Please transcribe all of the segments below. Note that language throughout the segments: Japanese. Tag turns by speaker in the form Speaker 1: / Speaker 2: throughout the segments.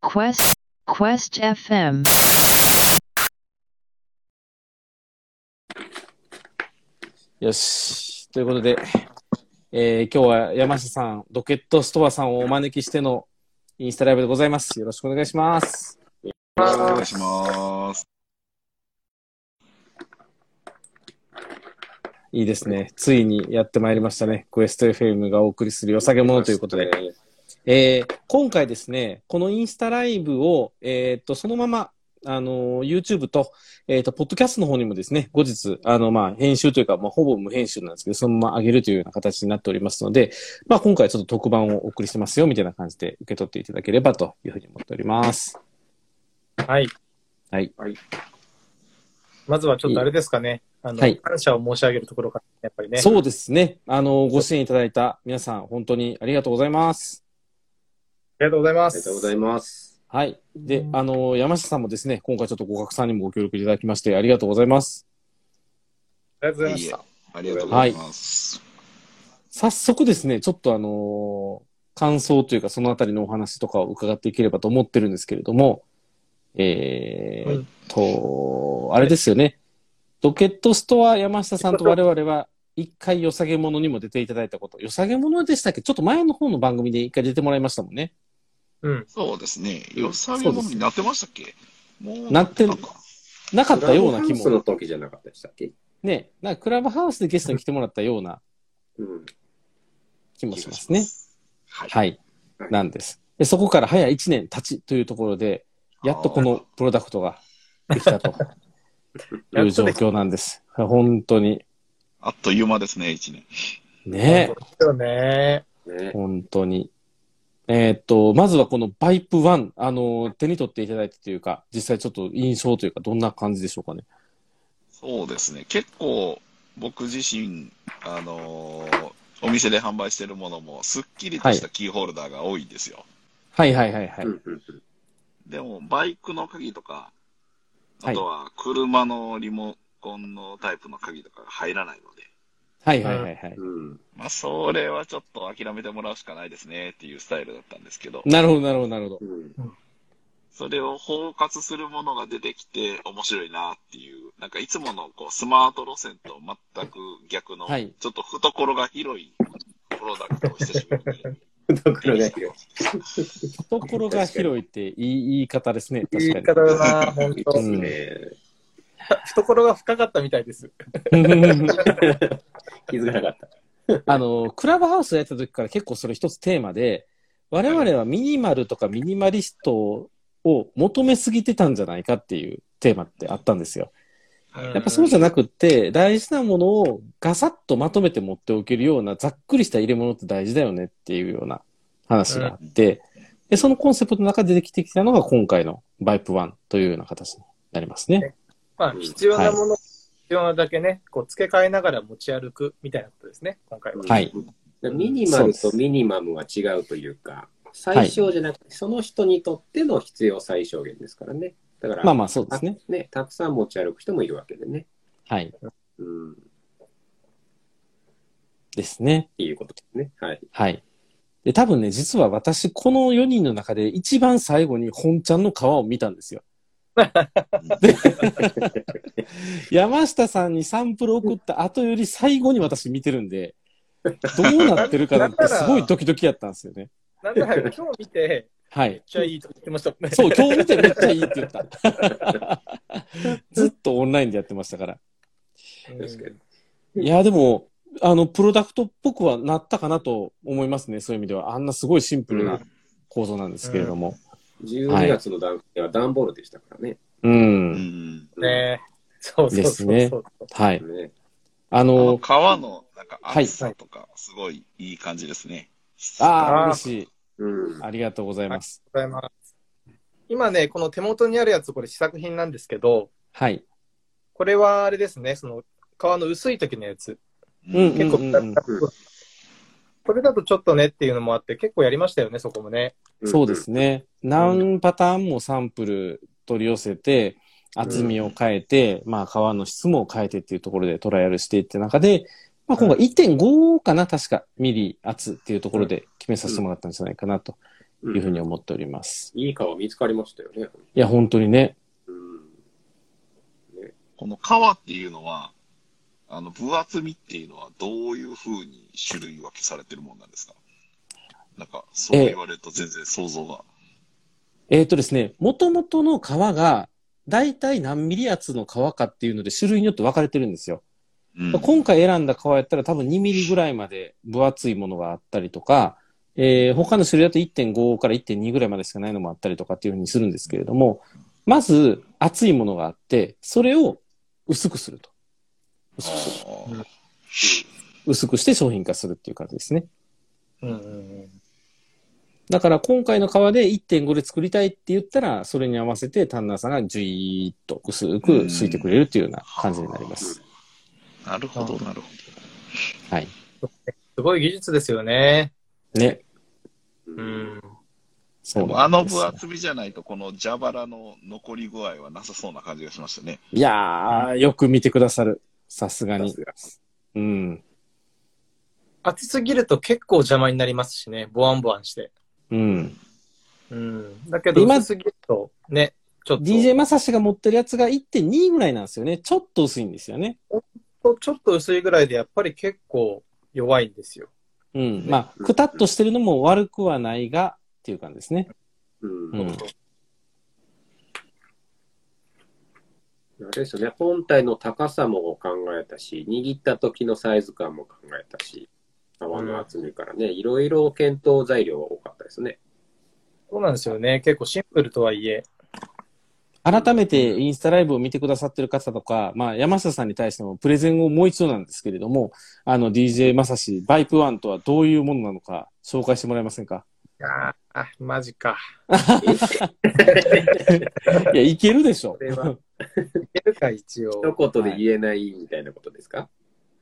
Speaker 1: Quest Quest FM
Speaker 2: よし。ということで、えー今日は山下さん、ロケットストアさんをお招きしてのインスタライブでございます。よろしくお願いします。
Speaker 3: お願いします。
Speaker 2: いいですね。ついにやってまいりましたね。クエスト FM がお送りするよさげものということで。えー今回ですね、このインスタライブを、えーっと、そのまま、あのー YouTube と、えーっと、ポッドキャストの方にもですね、後日、あの、まあ、編集というか、まあ、ほぼ無編集なんですけど、そのまま上げるというような形になっておりますので、まあ、今回ちょっと特番をお送りしてますよ、みたいな感じで受け取っていただければというふうに思っております。
Speaker 4: はい。
Speaker 2: はい。
Speaker 4: まずはちょっとあれですかね。あの、
Speaker 2: はい
Speaker 4: 感謝を申し上げるところから、やっぱりね。
Speaker 2: そうですね。あのーご支援いただいた皆さん、本当にありがとうございます。
Speaker 4: ありがとうございま
Speaker 5: あり
Speaker 4: す。
Speaker 5: がとうございます。
Speaker 2: はい。で、あのー山下さんもですね、今回ちょっと合格さんにもご協力いただきまして、ありがとうございます。
Speaker 4: ありがとうございま
Speaker 3: い
Speaker 4: し
Speaker 3: え
Speaker 4: た。
Speaker 3: ありがとうございます。
Speaker 2: 早速ですね、ちょっとあのー感想というか、そのあたりのお話とかを伺っていければと思ってるんですけれども、えーっと、あれですよね、ロケットストア山下さんと我々は、一回良さげものにも出ていただいたこと、良さげものでしたっけちょっと前の方の番組で一回出てもらいましたもんね。
Speaker 4: うん。
Speaker 3: そうですね。よさげものになってましたっけもう
Speaker 2: なってる
Speaker 3: たか
Speaker 2: なかったような気
Speaker 5: そ
Speaker 2: も。
Speaker 5: の時じゃなかったでしたっけ
Speaker 2: ね、なんかクラブハウスでゲストに来てもらったような
Speaker 5: うん。
Speaker 2: 気もしますね。
Speaker 3: はい。
Speaker 2: はい。
Speaker 5: はい
Speaker 2: なんです。でそこから早1年経ちというところで、やっとこのプロダクトができた とい
Speaker 4: や
Speaker 2: う
Speaker 4: っ
Speaker 2: 状
Speaker 4: とでき
Speaker 2: 況なんです。本当に。
Speaker 3: あっという間ですね、一年。
Speaker 2: ね
Speaker 4: たよね。
Speaker 5: ね。
Speaker 2: 本当に。えーっと、まずはこのバイプ1、あの、手に取っていただいてというか、実際ちょっと印象というか、どんな感じでしょうかね。
Speaker 3: そうですね。結構、僕自身、あのーお店で販売してるものも、すっきりとしたキーホルダーが多いんですよ。
Speaker 2: はいはいはいはい。
Speaker 5: うんうん
Speaker 3: でも、バイクの鍵とか、
Speaker 2: はい
Speaker 3: あとは車のリモコンのタイプの鍵とかが入らないので、
Speaker 2: はいはいはいはい。
Speaker 5: うん。うん。
Speaker 3: まあ、それはちょっと諦めてもらうしかないですねっていうスタイルだったんですけど、
Speaker 2: なるほどなるほどなるほど
Speaker 5: う。ん。
Speaker 3: それを包括するものが出てきて面白いなっていう、なんかいつものこうスマート路線と全く逆の、
Speaker 2: はい
Speaker 3: ちょっと懐が広いプロダクトを久しぶりに。
Speaker 5: 懐が広
Speaker 2: 懐が広いっていい言い方ですね。
Speaker 4: 言い
Speaker 2: 確
Speaker 4: 方
Speaker 2: か
Speaker 4: だな、本
Speaker 5: い。いい
Speaker 4: 当
Speaker 5: で。すね。
Speaker 4: 懐が深かったみたいです。
Speaker 2: に。
Speaker 5: 気づかなかった。
Speaker 2: あの、クラブハウスやってた時から結構それ一つテーマで、我々はミニマルとかミニマリストを求めすぎてたんじゃないかっていうテーマってあったんですよ。やっぱそうじゃなくって、大事なものをガサッとまとめて持っておけるような、ざっくりした入れ物って大事だよねっていうような話があって、で、そのコンセプトの中で出てきてきたのが今回のバイプ1というような形になりますね。
Speaker 4: まあ、必要なもの、必要なだけね、こう、付け替えながら持ち歩くみたいなことですね、今回は。
Speaker 2: はい。
Speaker 5: ミニマルとミニマムは違うというか、最小じゃなくて、その人にとっての必要最小限ですからね。だから、
Speaker 2: まあまあそうですね。
Speaker 5: ね、たくさん持ち歩く人もいるわけでね。
Speaker 2: はい。
Speaker 5: うん。っ
Speaker 2: ですね。
Speaker 5: ていうことですね。はい。
Speaker 2: はい。で、多分ね、実は私、この4人の中で一番最後に本ちゃんの皮を見たんですよ。山下さんにサンプル送った後より最後に私見てるんで、どうなってる かなってすごいドキドキやったんですよね。
Speaker 4: なんだ かんだ今日見て、
Speaker 2: は
Speaker 4: め
Speaker 2: い
Speaker 4: っ。ちゃいいと言ってましたもんね。
Speaker 2: そう、今日見てめっちゃいいって言った。 ずっとオンラインでやってましたから。
Speaker 4: うん
Speaker 5: 確かに。
Speaker 2: いや、でも、あの、プロダクトっぽくはなったかなと思いますね。そういう意味では。あんなすごいシンプルな構造なんですけれども。
Speaker 5: 12月の段階は段ボールでしたからね。
Speaker 2: うん。
Speaker 3: うん
Speaker 4: ねそうそうそうそう。
Speaker 2: ですねはい。
Speaker 5: ね。
Speaker 2: あ
Speaker 3: あの
Speaker 2: の、
Speaker 3: 革のなんか厚さとか、すごいいい感じですね。
Speaker 2: ああ、
Speaker 4: あー
Speaker 2: 嬉しい。
Speaker 5: うん。
Speaker 2: ありがとうございます。
Speaker 4: ございます。今ね、この手元にあるやつ、これ試作品なんですけど、
Speaker 2: はい。
Speaker 4: これはあれですね、その、皮の薄い時のやつ。
Speaker 2: うんうん
Speaker 4: 結構、
Speaker 2: うん
Speaker 4: これだとちょっとねっていうのもあって、結構やりましたよね、そこもね。
Speaker 2: そうですね。何パターンもサンプル取り寄せて、厚みを変えて、まあ、皮の質も変えてっていうところでトライアルしていって中で、まあ、今回1.5かな、確か、ミリ厚っていうところで決めさせてもらったんじゃないかなと
Speaker 5: うん
Speaker 2: いうふうに思っております。
Speaker 5: いい川見つかりましたよね。
Speaker 2: いや、本当にね。
Speaker 5: うん。
Speaker 3: この革っていうのは、あの、分厚みっていうのはどういうふうに種類分けされてるもんなんですかなんか、そう言われると全然想像が。
Speaker 2: えっ、とですね、元々の革が、大体何ミリ厚の革かっていうので種類によって分かれてるんですよ。
Speaker 3: うん
Speaker 2: 今回選んだ革やったら多分2ミリぐらいまで分厚いものがあったりとか、えー他の種類だと1.5から1.2ぐらいまでしかないのもあったりとかっていうふうにするんですけれども、まず厚いものがあって、それを薄くすると。薄くする。
Speaker 3: あ
Speaker 2: 薄くして商品化するっていう感じですね。
Speaker 4: うんうん
Speaker 2: だから今回の革で1.5で作りたいって言ったら、それに合わせてタンナーさんがジュイーっと薄くすいてくれるっていうような感じになります。
Speaker 3: ーなるほど、なるほ
Speaker 2: はい。
Speaker 4: すごい技術ですよね。
Speaker 2: ね。
Speaker 4: う
Speaker 5: う。
Speaker 4: んん。
Speaker 2: そ
Speaker 3: ど。
Speaker 2: う
Speaker 3: でもあ
Speaker 2: なん
Speaker 3: の
Speaker 2: です
Speaker 3: 分
Speaker 2: よ。
Speaker 3: 厚みじゃないと、この蛇腹の残り具合はなさそうな感じがしましたね。
Speaker 2: いやー、よく見てくださる。さすが
Speaker 5: さ
Speaker 2: に
Speaker 5: す。が。
Speaker 2: うん。
Speaker 4: 厚すぎると結構邪魔になりますしね。ボワンボワンして。
Speaker 2: うん。
Speaker 4: うん。だけど、
Speaker 2: 今
Speaker 4: 薄すぎるとね、ちょっと、
Speaker 2: DJ まさしが持ってるやつが1.2ぐらいなんですよね。ちょっと薄いんですよね。
Speaker 4: ちょっと薄いぐらいでやっぱり結構弱いんですよ。
Speaker 2: うん。まあ、くたっとしてるのも悪くはないが、っていう感じですね。
Speaker 5: うん
Speaker 2: う。ん。
Speaker 5: あれですよね、本体の高さも考えたし、握った時のサイズ感も考えたし、泡の厚みからね、いろいろ検討材料が多かったです ね。
Speaker 4: そうなんですよね。結構シンプルとはいえ。
Speaker 2: 改めてインスタライブを見てくださってる方とか、まあ、山下さんに対してもプレゼンをもう一度なんですけれども、あの、DJ まさし、バイプワンとはどういうものなのか、紹介してもらえませんか
Speaker 4: ああ、マジか。
Speaker 2: いや、いけるでしょ
Speaker 5: こ。れは
Speaker 4: いけるか、一応。
Speaker 5: 一言で言えないみたいなことですか、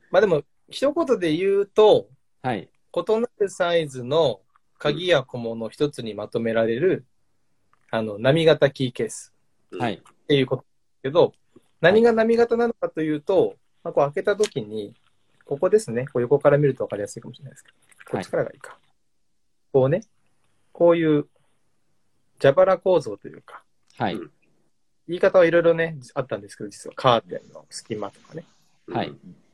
Speaker 4: まあでも、一言で言うと、
Speaker 2: はい。
Speaker 4: 異なるサイズの鍵や小物を一つにまとめられる、あの、波型キーケース
Speaker 2: は。い。
Speaker 4: っていうことですけど、何が波型なのかというと、まあ、こう開けた時に、ここですね、こう横から見ると分かりやすいかもしれないですけど、こっちからがいいか。こうね、こういう蛇腹構造というか、
Speaker 2: はい。
Speaker 4: 言い方はいろいろね、あったんですけど、実はカーテンの隙間とかね。
Speaker 5: うん
Speaker 2: はい。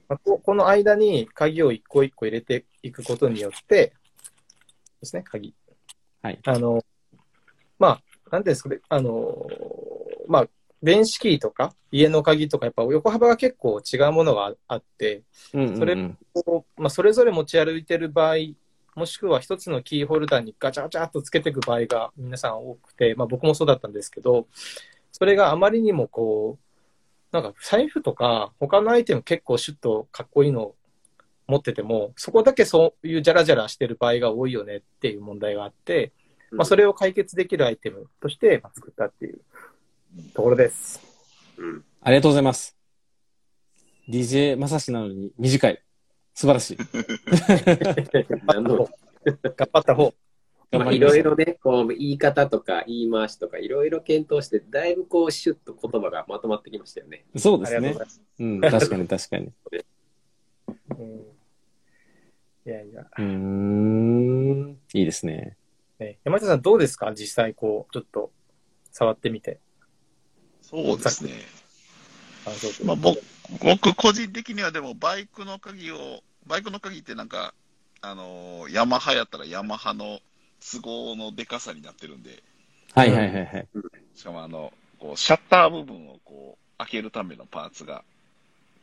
Speaker 4: まあ、ここの間に鍵を一個一個入れていくことによって、ですね、鍵。
Speaker 2: はい
Speaker 4: あの、まあ、なんていうんですかね、あの、まあ、電子キーとか、家の鍵とか、やっぱ横幅が結構違うものがあって、
Speaker 2: うんうんうん
Speaker 4: それこうまあ、それぞれ持ち歩いてる場合、もしくは一つのキーホルダーにガチャガチャっとつけていく場合が皆さん多くて、まあ、僕もそうだったんですけど、それがあまりにもこう、なんか財布とか他のアイテム結構シュッとかっこいいのを持ってても、そこだけそういうジャラジャラしてる場合が多いよねっていう問題があって、まあ、そ
Speaker 5: れ、
Speaker 4: れを解決できるアイテムとしてまあ作ったっていうところです。
Speaker 5: うん
Speaker 2: ありがとうございます。DJ まさしなのに短い。素晴らしい。
Speaker 5: なの
Speaker 4: 頑張った方。
Speaker 2: 頑
Speaker 5: まあ
Speaker 2: 張り
Speaker 5: い
Speaker 2: ま
Speaker 5: ろ
Speaker 2: し
Speaker 5: い
Speaker 2: た
Speaker 5: ろね、こう、言い方とか言い回しとか、いろいろ検討して、だいぶこう、シュッと言葉がまとまってきましたよね。
Speaker 2: そうで
Speaker 4: あり
Speaker 2: すね
Speaker 4: がとうございます。。
Speaker 2: うん、確かに確かに。
Speaker 4: うんいやいや、
Speaker 2: うーん。いいですね。
Speaker 4: ね、山下さんどうですか実際こう、ちょっと触ってみて。
Speaker 3: そうですね。
Speaker 4: 感想と
Speaker 3: まあ、僕、僕個人的にはでもバイクの鍵を、バイクの鍵ってなんか、あのーヤマハやったらヤマハの都合のでかさになってるんで、
Speaker 2: はいはいはいはい。
Speaker 3: しかもあの、こう、シャッター部分をこう、開けるためのパーツが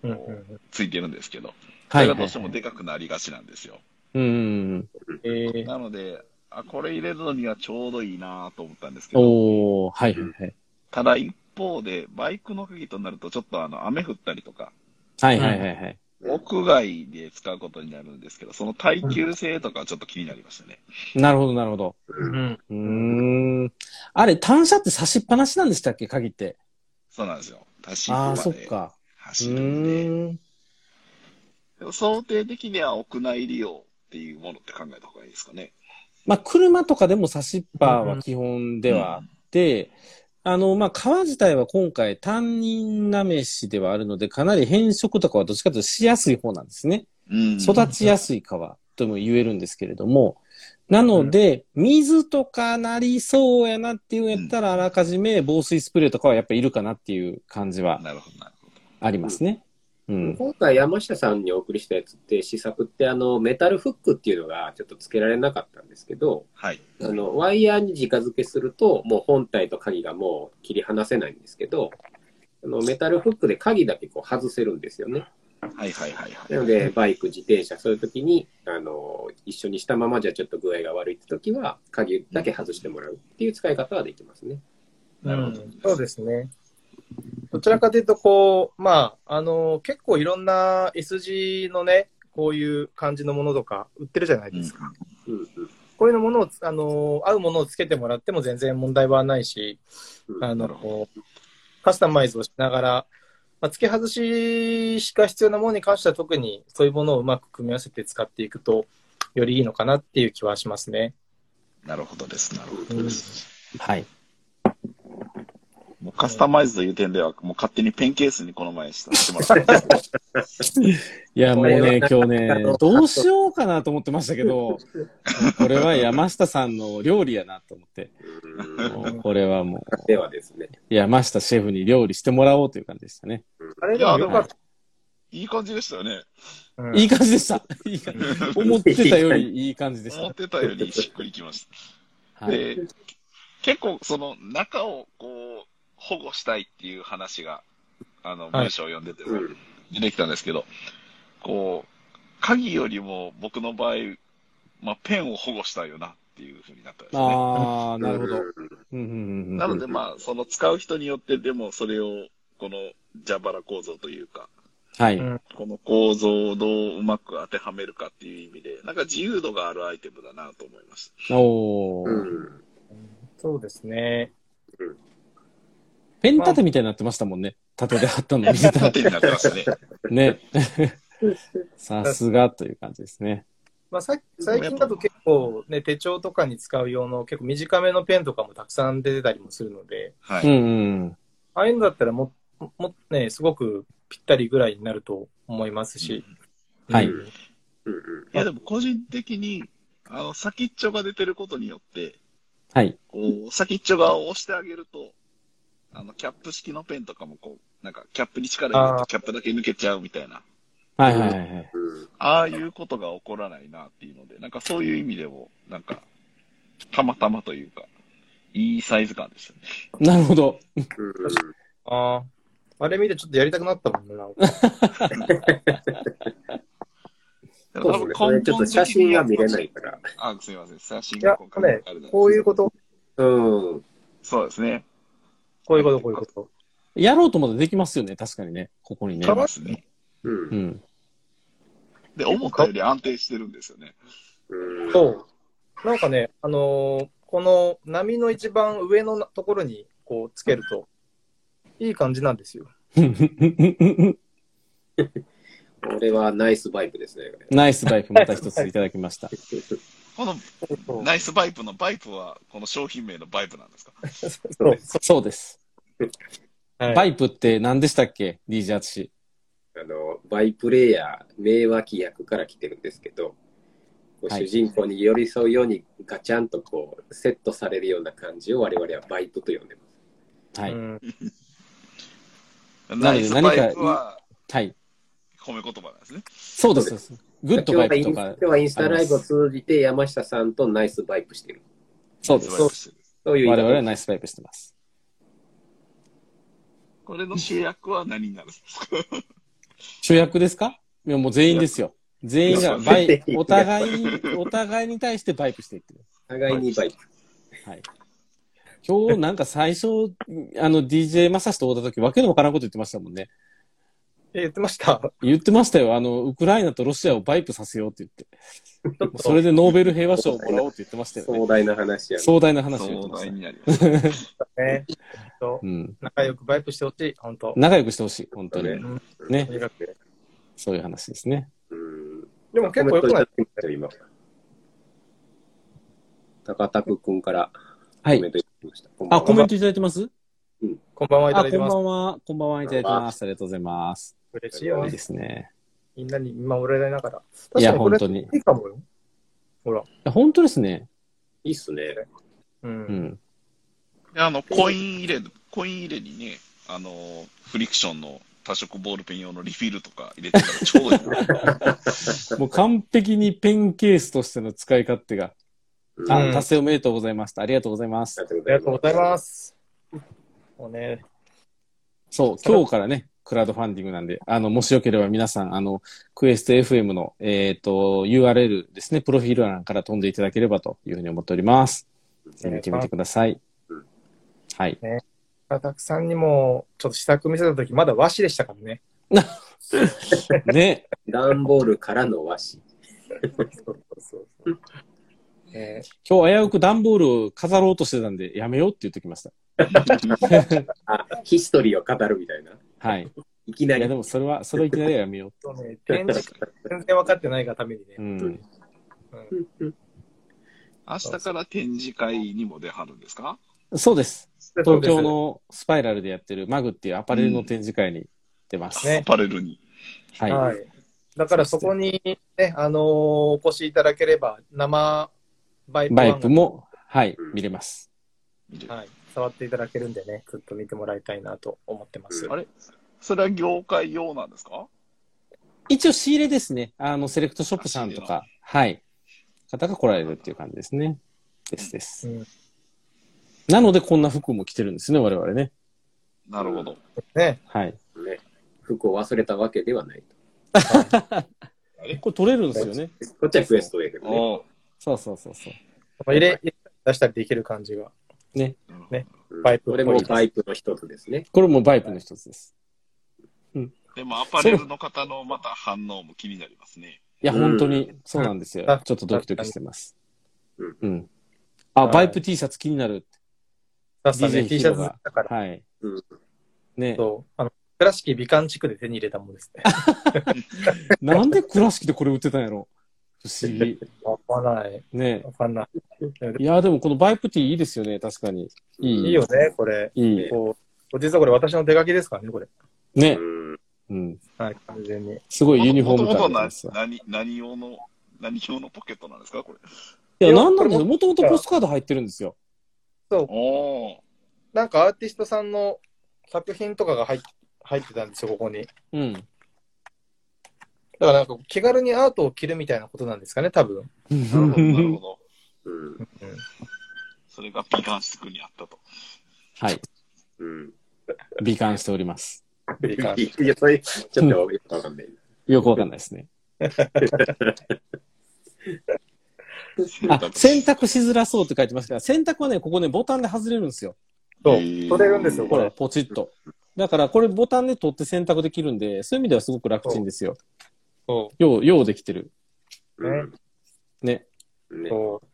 Speaker 4: うんうんうん
Speaker 3: ついてるんですけど、そ
Speaker 2: は
Speaker 3: れ
Speaker 2: いはい
Speaker 3: がど
Speaker 2: は
Speaker 3: うしても
Speaker 2: い。
Speaker 3: でかくなりがちなんですよ。
Speaker 2: うんうんうん。
Speaker 4: えー
Speaker 3: なので、あ、これ入れるのにはちょうどいいなと思ったんですけど、
Speaker 2: おー、はいはいはい。
Speaker 3: ただ一方で、バイクの鍵となるとちょっとあの、雨降ったりとか、
Speaker 2: はいはいはいはい。
Speaker 3: 屋外で使うことになるんですけど、その耐久性とかはちょっと気になりましたね。
Speaker 2: なるほどなるほど。
Speaker 4: うん
Speaker 2: うーん。あれ、単車って差しっぱなしなんでしたっけ鍵って。
Speaker 3: そうなんですよ。走る
Speaker 2: あ
Speaker 3: ま
Speaker 2: あ、そっ
Speaker 3: で
Speaker 2: か。う
Speaker 3: 走るん
Speaker 2: ーん。
Speaker 3: で、想定的には屋内利用っていうものって考えた方がいいですかね。
Speaker 2: まあ、車とかでも差しっぱは基本ではあって、あの、まあ、革自体は今回担任なめしではあるので、かなり変色とかはどっちかというとしやすい方なんですね。
Speaker 3: うん、
Speaker 2: 育ちやすい川とも言えるんですけれども、なので、水とかなりそうやなっていうんやったら、あらかじめ防水スプレーとかはやっぱいるかなっていう感じは
Speaker 3: なるほど、なるほど。
Speaker 2: ありますね。うん。
Speaker 5: 今回山下さんにお送りしたやつって、試作ってあの、メタルフックっていうのがちょっと付けられなかったんですけど、
Speaker 3: はい。
Speaker 5: あの、ワイヤーに直付けすると、もう本体と鍵がもう切り離せないんですけど、あの、メタルフックで鍵だけこう外せるんですよね。
Speaker 3: はいはいはいはい。
Speaker 5: なので、バイク、自転車、そういう時に、あの、一緒にしたままじゃちょっと具合が悪いって時は、鍵だけ外してもらうっていう使い方はできますね。
Speaker 3: なるほど
Speaker 4: うんそうですね。どちらかというと、こう、まあ、あの、結構いろんな S 字のね、こういう感じのものとか売ってるじゃないですか。
Speaker 5: うんうん。
Speaker 4: こういうのものをつ、あの、合うものをつけてもらっても全然問題はないし、
Speaker 5: うん
Speaker 4: あの、
Speaker 3: なる
Speaker 4: こうカスタマイズをしながら、まあ、付け外ししか必要なものに関しては特にそういうものをうまく組み合わせて使っていくと、よりいいのかなっていう気はしますね。
Speaker 3: なるほどです。なるほどです。
Speaker 2: はい。
Speaker 3: もうカスタマイズという点では、もう勝手にペンケースにこの前してもらったん ですけど。
Speaker 2: いや、もう
Speaker 5: これ
Speaker 2: ね今
Speaker 5: は、
Speaker 2: 日ね
Speaker 5: あの、
Speaker 2: どうしようかなと思ってましたけど、これは山下さんの料理やなと思って、
Speaker 5: うん
Speaker 2: もうこれはもう、
Speaker 5: ではですね。
Speaker 2: 山下シェフに料理してもらおうという感じでしたね。
Speaker 4: あれでもよかった。
Speaker 3: いい感じでしたよね。
Speaker 4: うん
Speaker 2: いい感じでした。いい感じ思ってたより いい感じでし
Speaker 3: 思
Speaker 2: た
Speaker 3: っ。てたよりしっくりきました。
Speaker 2: はい。
Speaker 3: で、結構その中をこう、保護したいっていう話が、あの、
Speaker 4: はい
Speaker 3: 文章を読んでて
Speaker 5: うん
Speaker 3: 出てきたんですけど、こう、鍵よりも僕の場合、まあ、ペンを保護したいよなっていうふうになったんですね。
Speaker 2: ああ、なるほど。
Speaker 5: う
Speaker 2: うんんうんうんうん
Speaker 3: なのでまあ、その使う人によってでもそれを、この蛇腹構造というか、
Speaker 2: は
Speaker 4: う
Speaker 2: い。
Speaker 4: ん
Speaker 3: この構造をどううまく当てはめるかっていう意味で、なんか自由度があるアイテムだなと思いまし
Speaker 2: お
Speaker 5: う
Speaker 2: ー。
Speaker 5: ん。
Speaker 4: そうですね。
Speaker 2: ペン立てみたいになってましたも んね。縦で貼ったの見 て
Speaker 3: た。
Speaker 2: たら
Speaker 3: 縦になってますね。
Speaker 2: ね。 さすがという感じですね。
Speaker 4: まあ、さ最近だと結構、ね、手帳とかに使う用の結構短めのペンとかもたくさん出てたりもするので、
Speaker 3: は
Speaker 2: うん
Speaker 3: い。
Speaker 2: うん。
Speaker 4: ああいうのだったらも、もね、すごくぴったりぐらいになると思いますし。
Speaker 2: はい
Speaker 4: うん
Speaker 5: うんうん。
Speaker 3: いや、でも個人的に、あの、先っちょが出てることによって、
Speaker 2: はい。
Speaker 3: こう、先っちょ側を押してあげると、あの、キャップ式のペンとかもこう、なんか、キャップに力入れて
Speaker 4: あー
Speaker 3: キャップだけ抜けちゃうみたいな、
Speaker 2: はいはいはいはい。
Speaker 5: うん
Speaker 3: ああいうことが起こらないなっていうので、なんかそういう意味でも、なんか、たまたまというか、いいサイズ感でしたね。
Speaker 2: なるほど。
Speaker 5: うん
Speaker 4: ああ、あれ見てちょっとやりたくなったもんな。なんか
Speaker 3: 多
Speaker 5: そうですね。これちょっと写真が見れないから。
Speaker 3: あ、すみません。写真
Speaker 4: いや、
Speaker 3: が今
Speaker 4: こ
Speaker 3: 回
Speaker 4: れ
Speaker 3: あれなんですけど
Speaker 4: こうい うこと、
Speaker 5: うん。
Speaker 3: そうですね。
Speaker 4: こういうこと、こういうこと。
Speaker 2: やろうと思ったらできますよね。確かにね。ここにね。
Speaker 3: そうですね。
Speaker 5: う。
Speaker 2: うんん。
Speaker 3: で、思ったより安定してるんですよね。
Speaker 5: うん。
Speaker 4: そう。なんかね、あのーこの波の一番上のところにこうつけると、いい感じなんですよ。
Speaker 5: これはナイスバイクですね。
Speaker 2: ナイスバイクまた一ついただきました。
Speaker 3: このナイスバイプのバイプは、この商品名のバイプなんですか
Speaker 4: そう
Speaker 2: そうです。
Speaker 4: はい
Speaker 2: バイプって何でしたっけ ?DJ アツシ。
Speaker 5: あの、バイプレイヤー、名脇役から来てるんですけど、こう
Speaker 2: はい
Speaker 5: 主人公に寄り添うようにガチャンとこう、セットされるような感じを我々はバイプと呼んでま
Speaker 2: はい。
Speaker 4: うん
Speaker 2: な
Speaker 3: ナ
Speaker 2: の
Speaker 3: イ
Speaker 2: で
Speaker 3: スバイプは
Speaker 2: はい。
Speaker 3: 褒め言葉なんですね。
Speaker 2: そうです。そうですグッ
Speaker 5: す。
Speaker 2: ドバイク
Speaker 5: 今
Speaker 2: とか
Speaker 5: 日はイン今。日はインスタライブを通じて山下さんとナイスバイプしてる。
Speaker 2: そうです。
Speaker 3: そうです
Speaker 5: そういう
Speaker 2: 我々は
Speaker 5: 意味
Speaker 2: ナイスバイプしてます。
Speaker 3: これの主役は何になるんですか
Speaker 2: 主役ですかいや、もう全員ですよ。全員がバイ、お互い、お互いに対してバイプしていってる。
Speaker 5: 互いにバイプ。
Speaker 2: はい。今日なんか最初、あの、DJ マサシと会った時、わけのわからんこと言ってましたもんね。
Speaker 4: え言ってました。
Speaker 2: 言ってましたよ。あの、ウクライナとロシアをバイプさせようって言って。
Speaker 4: ちょっと
Speaker 2: それでノーベル平和賞をもらおうって言ってましたよね。
Speaker 5: 壮大な話やね。
Speaker 2: 壮大な話を言っ
Speaker 3: 壮
Speaker 2: てました。
Speaker 3: 大になります。
Speaker 4: ね、えっと
Speaker 2: うん。
Speaker 4: 仲良くバイプしてほしい、本当。
Speaker 2: 仲良くしてほしい。本当に
Speaker 5: ね。
Speaker 2: ね
Speaker 4: と。にかく
Speaker 2: そういう話ですね。
Speaker 5: うん。
Speaker 4: でも結構良くない
Speaker 5: コメントいただいてる今。高田くんからコ
Speaker 2: は
Speaker 5: メン
Speaker 2: い。
Speaker 5: トいただきました。こんばん
Speaker 2: あ、
Speaker 5: は
Speaker 2: コメントいただいてます
Speaker 4: こんばんはいた
Speaker 2: あ、
Speaker 4: だい
Speaker 2: こ
Speaker 4: て
Speaker 2: んば
Speaker 4: ます。
Speaker 2: んは。こんばんはいただいてます。ありがとうございます。
Speaker 4: 嬉しいよ
Speaker 2: いい。ですね。
Speaker 4: みんなに見守られながら。
Speaker 2: いや、
Speaker 4: 確かにこ
Speaker 2: 本
Speaker 4: れ
Speaker 2: 当に。
Speaker 4: いいかもよ。ほら。
Speaker 2: 本当ですね。
Speaker 5: いいっすね。
Speaker 4: う。
Speaker 2: うんん。
Speaker 3: であの、コイン入れ、コイン入れにね、あの、フリクションの多色ボールペン用のリフィルとか入れてたらちょうどいいな。
Speaker 2: もう完璧にペンケースとしての使い勝手が。
Speaker 5: うん。
Speaker 2: あ
Speaker 4: う、ん
Speaker 2: 達成おめでとうございました。ありがとうございます。
Speaker 4: ありがとうございますす。もうね、
Speaker 2: そう、今日からね、クラウドファンディングなんで、あの、もしよければ皆さん、あの、クエスト FM の、えっ、と、URL ですね、プロフィール欄から飛んでいただければというふうに思っております。ぜひ見てみてください
Speaker 5: うん。
Speaker 2: はい。
Speaker 4: たくさんにも、ちょっと試作見せたとき、まだ和紙でしたからね。
Speaker 2: ね、
Speaker 5: 段ボールからの和紙。
Speaker 4: そうそうそう。 え
Speaker 2: 今日危うく段ボールを飾ろうとしてたんで、やめようって言ってきました。
Speaker 5: あ、ヒストリーを語るみたいな。
Speaker 2: はい。い
Speaker 5: いきな
Speaker 2: や、
Speaker 5: り
Speaker 2: で。もそれは、それをいきなりはやめよ
Speaker 4: ー、とね、展示会全然分かってないがためにね
Speaker 2: う。う。ん。
Speaker 4: うん
Speaker 5: うんうん
Speaker 3: 明日から展示会にも出はるんですか
Speaker 2: そうです。東京。のスパイラルでやってるマグっていうアパレルの展示会に出ます。
Speaker 4: ね
Speaker 3: アパレルに。
Speaker 2: はい。
Speaker 4: はい。だからそこにね、あのーお越しいただければ、生バイプ
Speaker 2: バイプ
Speaker 4: も、
Speaker 2: も、はい
Speaker 5: うん、
Speaker 2: 見れます。
Speaker 4: はい、触っていただけるんでね、ちょっと見てもらいたいなと思ってます。
Speaker 5: うん
Speaker 3: あれそれは業界用なんですか
Speaker 2: 一応仕入れですね。あの、セレクトショップさんとか、はい。方が来られるっていう感じですね。ですです。
Speaker 4: うん
Speaker 2: なので、こんな服も着てるんですね、我々ね。
Speaker 3: なるほど。
Speaker 4: ね、
Speaker 2: はい。
Speaker 5: ね、服を忘れたわけではない
Speaker 2: これ取れるんですよね。
Speaker 5: と。こっちはクエストやけどね。
Speaker 3: お
Speaker 2: そうそうそうそう。
Speaker 4: 入れ、入れたり出したりできる感じが。
Speaker 3: ー
Speaker 4: ね
Speaker 5: うん
Speaker 4: バイプ
Speaker 5: これもバイプの一つですね。
Speaker 2: これもバイプの一つです。
Speaker 3: でもアパレルの方のまた反応も気になりますね。
Speaker 2: いや、
Speaker 5: うん
Speaker 2: 本当に、そうなんですよ
Speaker 4: あ。
Speaker 2: ちょっとドキドキしてます。
Speaker 5: うん
Speaker 2: うん。あ、
Speaker 4: はい
Speaker 2: バイプ T シャツ気になる。
Speaker 4: さっさね、
Speaker 2: DJ
Speaker 4: T シャツ
Speaker 2: ヒロ
Speaker 4: だ
Speaker 2: が
Speaker 4: から、
Speaker 2: はい
Speaker 5: うん。
Speaker 2: ね
Speaker 4: そう、あの、倉敷美観地区で手に入れたものです ね。
Speaker 2: なんで倉敷でこれ売ってたんやろ不思 議。
Speaker 4: わかんない。
Speaker 2: ね
Speaker 4: わかんない。
Speaker 2: いや、でもこのバイプ T いいですよね、確かに。いい。
Speaker 4: いいよね、これ。
Speaker 2: いい。
Speaker 4: こう、実はこれ私の手書きですからね、これ。
Speaker 5: う
Speaker 2: ね。
Speaker 5: ん。
Speaker 2: うん。
Speaker 4: はい、完全に。
Speaker 2: すごいユニフォーム
Speaker 3: もと
Speaker 2: 感があ
Speaker 3: もと
Speaker 2: り
Speaker 3: な
Speaker 2: ますよ。
Speaker 3: 何、何用の、何用のポケットなんですかこれ。
Speaker 2: いや、
Speaker 4: いや
Speaker 2: なんなんです
Speaker 4: これ
Speaker 2: よ。もともとポストカード入ってるんですよ。
Speaker 4: そう、
Speaker 3: おー
Speaker 4: なんかアーティストさんの作品とかが入っ入ってたんですよ、ここに。
Speaker 2: うん。
Speaker 4: だからなんか気軽にアートを着るみたいなことなんですかね、多分。
Speaker 3: なるほど、なるほど。
Speaker 5: うん。
Speaker 3: それが美観室区にあったと。
Speaker 2: はい。
Speaker 5: うん。
Speaker 2: 美観しております。
Speaker 4: 美観
Speaker 5: いや、それ、ちょっとよくわかんない。
Speaker 2: よくわかんないですね。あ、選択しづらそうって書いてますけど、選択はね、ここね、ボタンで外れるんですよ。
Speaker 4: そう
Speaker 3: へー、
Speaker 4: 取れるんですよ、
Speaker 2: ほ
Speaker 4: こ
Speaker 2: ら、
Speaker 4: れ。
Speaker 2: ポチッと。だから、これボタンで取って選択できるんで、そういう意味ではすごく楽ちんですよ。
Speaker 4: そ
Speaker 2: よう、ようできてる。ね。
Speaker 5: うん。
Speaker 4: う、
Speaker 5: ね。
Speaker 4: そう。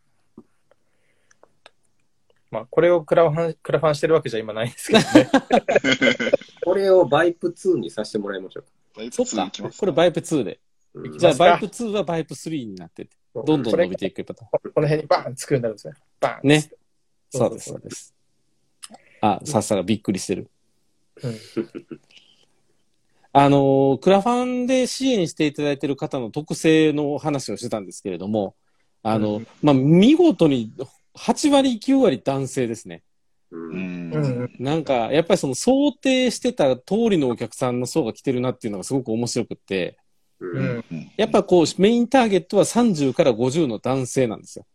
Speaker 4: まあ、これをクラファン、クラファンしてるわけじゃ今ないん ですけどね。
Speaker 5: これをバイプ2にさせてもらいましょうか。
Speaker 3: バイプ
Speaker 2: そっ
Speaker 3: 2行
Speaker 2: か
Speaker 3: きま。す
Speaker 2: これバイプ2で。
Speaker 5: うん
Speaker 2: じゃあ、
Speaker 4: すか
Speaker 2: バイプ2はバイプ3になってて、どんどん
Speaker 4: これ
Speaker 2: 伸びていくパターン。
Speaker 4: ここの辺にバーンつくようになるんですね。バーン。
Speaker 2: ね。
Speaker 4: そ
Speaker 2: そうう
Speaker 4: そう
Speaker 2: です、
Speaker 4: そ
Speaker 2: そううです。あ、さっさがびっくりしてる。
Speaker 4: うん
Speaker 2: あのークラファンで支援していただいている方の特性の話をしてたんですけれども、あの、
Speaker 4: うん
Speaker 2: まあ、見事に8割、9割男性ですね。
Speaker 5: う。
Speaker 3: うんん
Speaker 4: う。んうん。
Speaker 2: なんか、やっぱりその想定してた通りのお客さんの層が来てるなっていうのがすごく面白くって、
Speaker 5: う。
Speaker 4: うんん。
Speaker 2: やっぱこう、メインターゲットは30から50の男性なんですよ。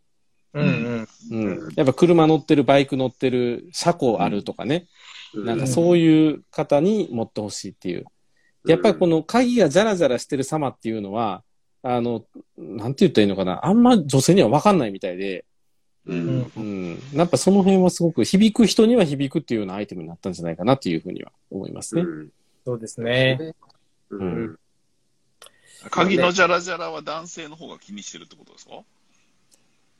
Speaker 4: うん。
Speaker 2: うん。やっぱ車乗ってる、バイク乗ってる、車庫あるとかね。
Speaker 5: う
Speaker 2: なんかそういう方に持ってほしいっていう。やっぱりこの鍵がザラザラしてる様っていうのは、あの、なんて言ったらいいのかな。あんま女性には分かんないみたいで、
Speaker 3: うん
Speaker 2: うん。やっぱその辺はすごく響く人には響くっていうようなアイテムになったんじゃないかなっていうふうには思いますね。
Speaker 5: うん。
Speaker 4: そうですね。
Speaker 5: う。
Speaker 2: うん
Speaker 3: 鍵のジャラジャラは男性の方が気にしてるってことですか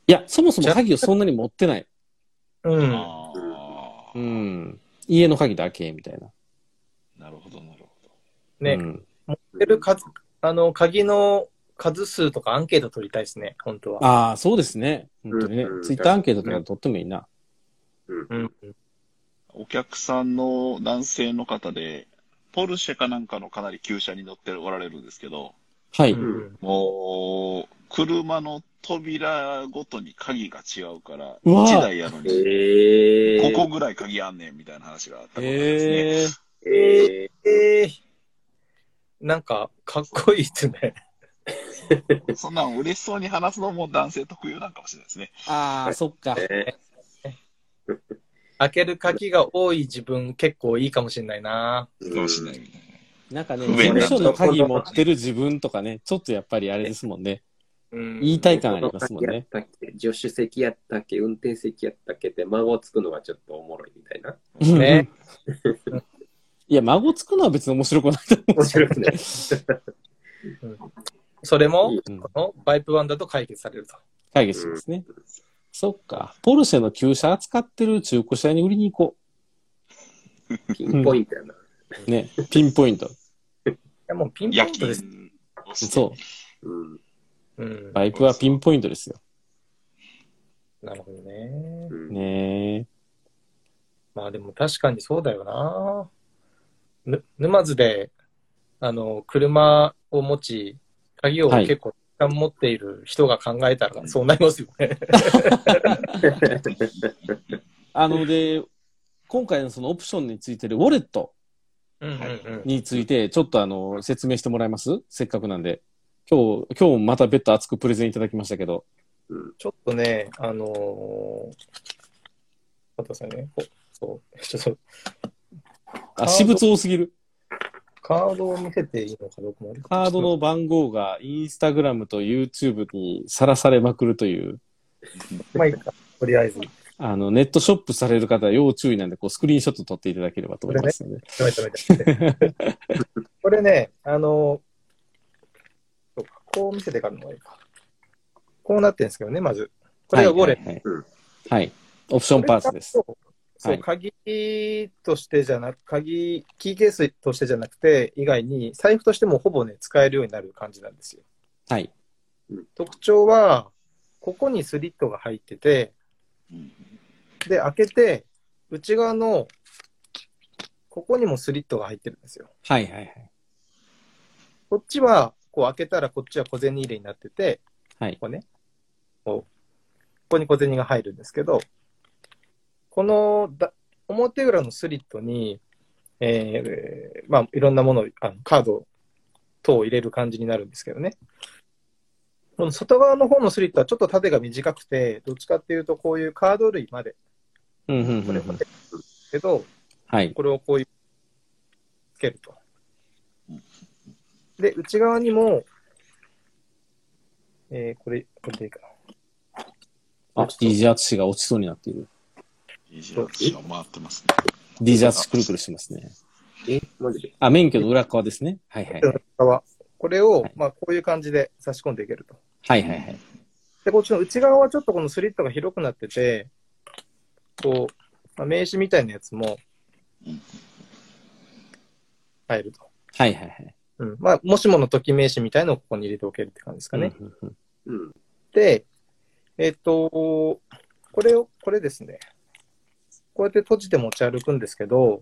Speaker 2: いや、そもそも鍵をそんなに持ってない。
Speaker 4: うん。
Speaker 3: ああ
Speaker 2: う。ん。家の鍵だけみたいな。
Speaker 3: なるほど、なるほど。
Speaker 4: ね
Speaker 2: うん
Speaker 4: 出る数、あの、鍵の数数とかアンケート取りたいですね、本当は。
Speaker 2: ああ、そうですね。本当にね
Speaker 5: うんうん。
Speaker 2: ツイッターアンケートとか取ってもいいな。
Speaker 4: うん。
Speaker 3: お客さんの男性の方で、ポルシェかなんかのかなり旧車に乗っておられるんですけど、
Speaker 2: はい。
Speaker 4: うん
Speaker 3: もう、車の扉ごとに鍵が違うから、
Speaker 2: うわ
Speaker 3: 1台やのに、
Speaker 5: え
Speaker 3: ここぐらい鍵あんねんみたいな話があったことですね。
Speaker 2: ええ
Speaker 5: えー、
Speaker 4: えー、なんか、かっこいいですね。
Speaker 3: そんなん嬉しそうに話すのも男性特有なんかもしれないですね。
Speaker 2: ああ、そっか。
Speaker 5: ね
Speaker 4: 開ける鍵が多い自分結構いいかもしれないな。
Speaker 3: かもしれないみたい
Speaker 2: なんかね、
Speaker 3: 不
Speaker 2: 事
Speaker 3: 便
Speaker 2: 務
Speaker 3: な
Speaker 2: 所の鍵持ってる自分とかね、ちょっとやっぱりあれですもんね。
Speaker 4: うん、
Speaker 2: 言いたい感ありますもんね。
Speaker 5: この時やったっけ助手席やったっけ運転席やったっけって孫つくのがちょっとおもろいみたいな。
Speaker 2: うんうん
Speaker 4: ね
Speaker 2: いや、孫つくのは別に面白くないと思
Speaker 5: 面白くない。
Speaker 4: それも
Speaker 5: いい、
Speaker 2: うん
Speaker 4: このバイプ版だと解決されると。
Speaker 2: 解決しますね。そっか。ポルシェの旧車扱ってる中古車屋に売りに行こ
Speaker 5: ピンポイントやな。
Speaker 2: う。ね。ピンポイント。
Speaker 4: いやもうピン
Speaker 3: な。夜
Speaker 4: ポイントです。
Speaker 3: 勤をして
Speaker 2: そ
Speaker 5: うん。
Speaker 4: うん
Speaker 2: う。、バイクはピンポイントですよ。
Speaker 4: なるほどね。
Speaker 5: うん
Speaker 2: ねえ。
Speaker 4: まあでも確かにそうだよな。ぬ沼津で、あの、車を持ち、鍵を
Speaker 2: はい
Speaker 4: 結構たくさん持っている人が考えたらそうなりますよね。
Speaker 2: あので、今回のそのオプションについてるウォレット
Speaker 4: うんうんうん。
Speaker 2: について、ちょっとあの、説明してもらえますせっかくなんで。今日、今日また別途熱くプレゼンいただきましたけど。
Speaker 4: ちょっとね、あのー、待ってくださいね。おそう、ちょっと
Speaker 2: あ、私物多すぎる。
Speaker 4: カードを見せていいのかどうかもある
Speaker 2: カードの番号がインスタグラムと YouTube にさらされまくるという、
Speaker 4: まあいいか、とりあえず。
Speaker 2: あの、ネットショップされる方は要注意なんで、こう、スクリーンショット撮っていただければと思いますので。
Speaker 4: やめてやめてやめてこれね、あの、そうかこう見せてからの方がいいか。こうなってるんですけどね、まず。これがウォレット。
Speaker 2: はいはいはい、はいオプションパーツです。
Speaker 4: これがそう、
Speaker 2: はい
Speaker 4: 鍵としてじゃなく、鍵、キーケースとしてじゃなくて、以外に、財布としてもほぼね、使えるようになる感じなんですよ。
Speaker 2: はい。
Speaker 4: 特徴は、ここにスリットが入ってて、
Speaker 3: うん
Speaker 4: で、開けて、内側の、ここにもスリットが入ってるんですよ。
Speaker 2: はいはいはい。
Speaker 4: こっちは、こう開けたらこっちは小銭入れになってて、
Speaker 2: はい
Speaker 4: ここね、こう、ここに小銭が入るんですけど、このだ表裏のスリットに、えーまあ、いろんなものをあの、カード等を入れる感じになるんですけどね。この外側の方のスリットはちょっと縦が短くて、どっちかっていうとこういうカード類まで、
Speaker 2: うんうん
Speaker 4: こ
Speaker 2: うん
Speaker 4: れ
Speaker 2: う
Speaker 4: ま
Speaker 2: ん
Speaker 4: で、けど、
Speaker 2: はい。
Speaker 4: これをこういう、つけると
Speaker 3: うん。
Speaker 4: で、内側にも、えーこれ、これでいいかな。
Speaker 2: あ、DJ 淳が落ちそうになっている。
Speaker 3: いいじゃん私は回ってますね。
Speaker 2: DJ 淳くるくるしてますね。
Speaker 5: え、マジで
Speaker 2: あ、免許の裏側ですね。はいはい。はい
Speaker 4: 側。これを、
Speaker 2: はい
Speaker 4: まあ、こういう感じで差し込んでいけると。
Speaker 2: はいはい。
Speaker 4: で、こっちの内側はちょっとこのスリットが広くなってて、こう、まあ、名刺みたいなやつも
Speaker 3: うん、
Speaker 4: 入ると。
Speaker 2: はいはいはい。
Speaker 4: うん。まあ、もしもの時名刺みたいのをここに入れておけるって感じですかね。
Speaker 2: うんうんうん
Speaker 5: うん。
Speaker 4: で、えっ、と、これを、これですね。こうやって閉じて持ち歩くんですけど、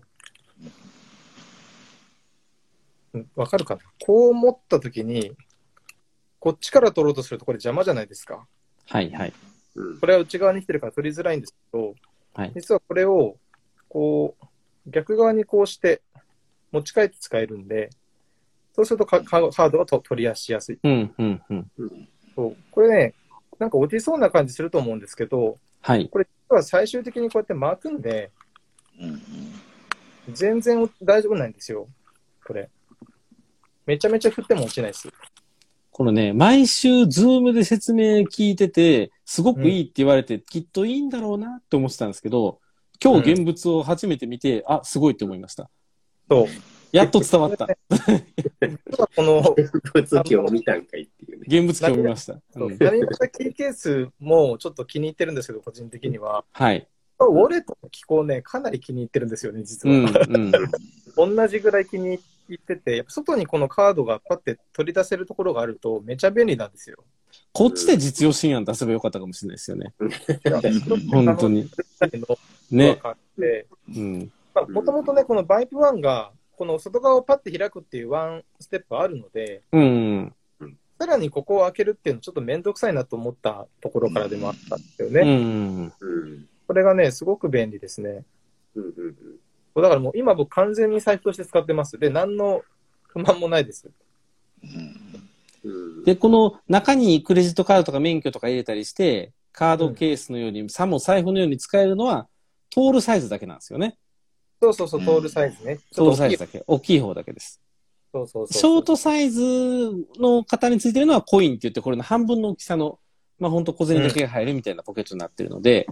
Speaker 4: うんわかるかなこう持ったときに、こっちから取ろうとするとこれ邪魔じゃないですか。
Speaker 2: はいはい。
Speaker 5: うん
Speaker 4: これは内側に来てるから取りづらいんですけど、
Speaker 2: はい
Speaker 4: 実はこれを、こう、逆側にこうして持ち帰って使えるんで、そうするとカカカードがと取り出しやすい。
Speaker 2: うんうんうん。
Speaker 4: そう。これね、なんか落ちそうな感じすると思うんですけど、
Speaker 2: はい。
Speaker 4: これ実は最終的にこうやって巻くんで、
Speaker 3: うんうん
Speaker 4: 全然大丈夫ないんですよ。これ。めちゃめちゃ振っても落ちないです。
Speaker 2: このね、毎週、ズームで説明聞いてて、すごくいいって言われて、きっといいんだろうなって思ってたんですけど、今日現物を初めて見て、あ、すごいって思いました。
Speaker 4: そう。
Speaker 2: やっと伝わ った。
Speaker 4: 実はこの、
Speaker 5: 物記を見たんかいっていうね。
Speaker 2: 現物今日見ました。うん
Speaker 4: 何もしたキーケースもちょっと気に入ってるんですけど、個人的には。
Speaker 2: はい。
Speaker 4: ウォレットの機構ね、かなり気に入ってるんですよね、実
Speaker 2: う
Speaker 4: は。
Speaker 2: ん、うん。
Speaker 4: 同じぐらい気に入ってて、やっぱ外にこのカードがパッて取り出せるところがあると、めちゃ便利なんですよ。
Speaker 2: こっちで実用新案出せばよかったかもしれないですよね。本当に。
Speaker 4: ね
Speaker 2: ね。。うん。
Speaker 4: もともとね、このバイプ1が、この外側をパッて開くっていうワンステップあるので、
Speaker 2: うん。
Speaker 4: さらにここを開けるっていうのちょっと面倒くさいなと思ったところからでもあったんですよね。
Speaker 2: うん。
Speaker 5: うん。
Speaker 4: これがね、すごく便利ですね。
Speaker 5: うんうんうん。
Speaker 4: だからもう今僕完全に財布として使ってます。で、何の不満もないです。
Speaker 3: うん。
Speaker 5: うん
Speaker 2: で、この中にクレジットカードとか免許とか入れたりして、カードケースのように、さも財布のように使えるのは、トールサイズだけなんですよね。
Speaker 4: そうそうそう、トールサイズね。
Speaker 2: トールサイズ
Speaker 4: ちょっ
Speaker 2: だけ。大きい方だけです。
Speaker 4: と大きい。そうそうそう。
Speaker 2: ショートサイズの型についてるのはコインって言って、これの半分の大きさの、まあ本当小銭だけが入るみたいなポケットになってるので、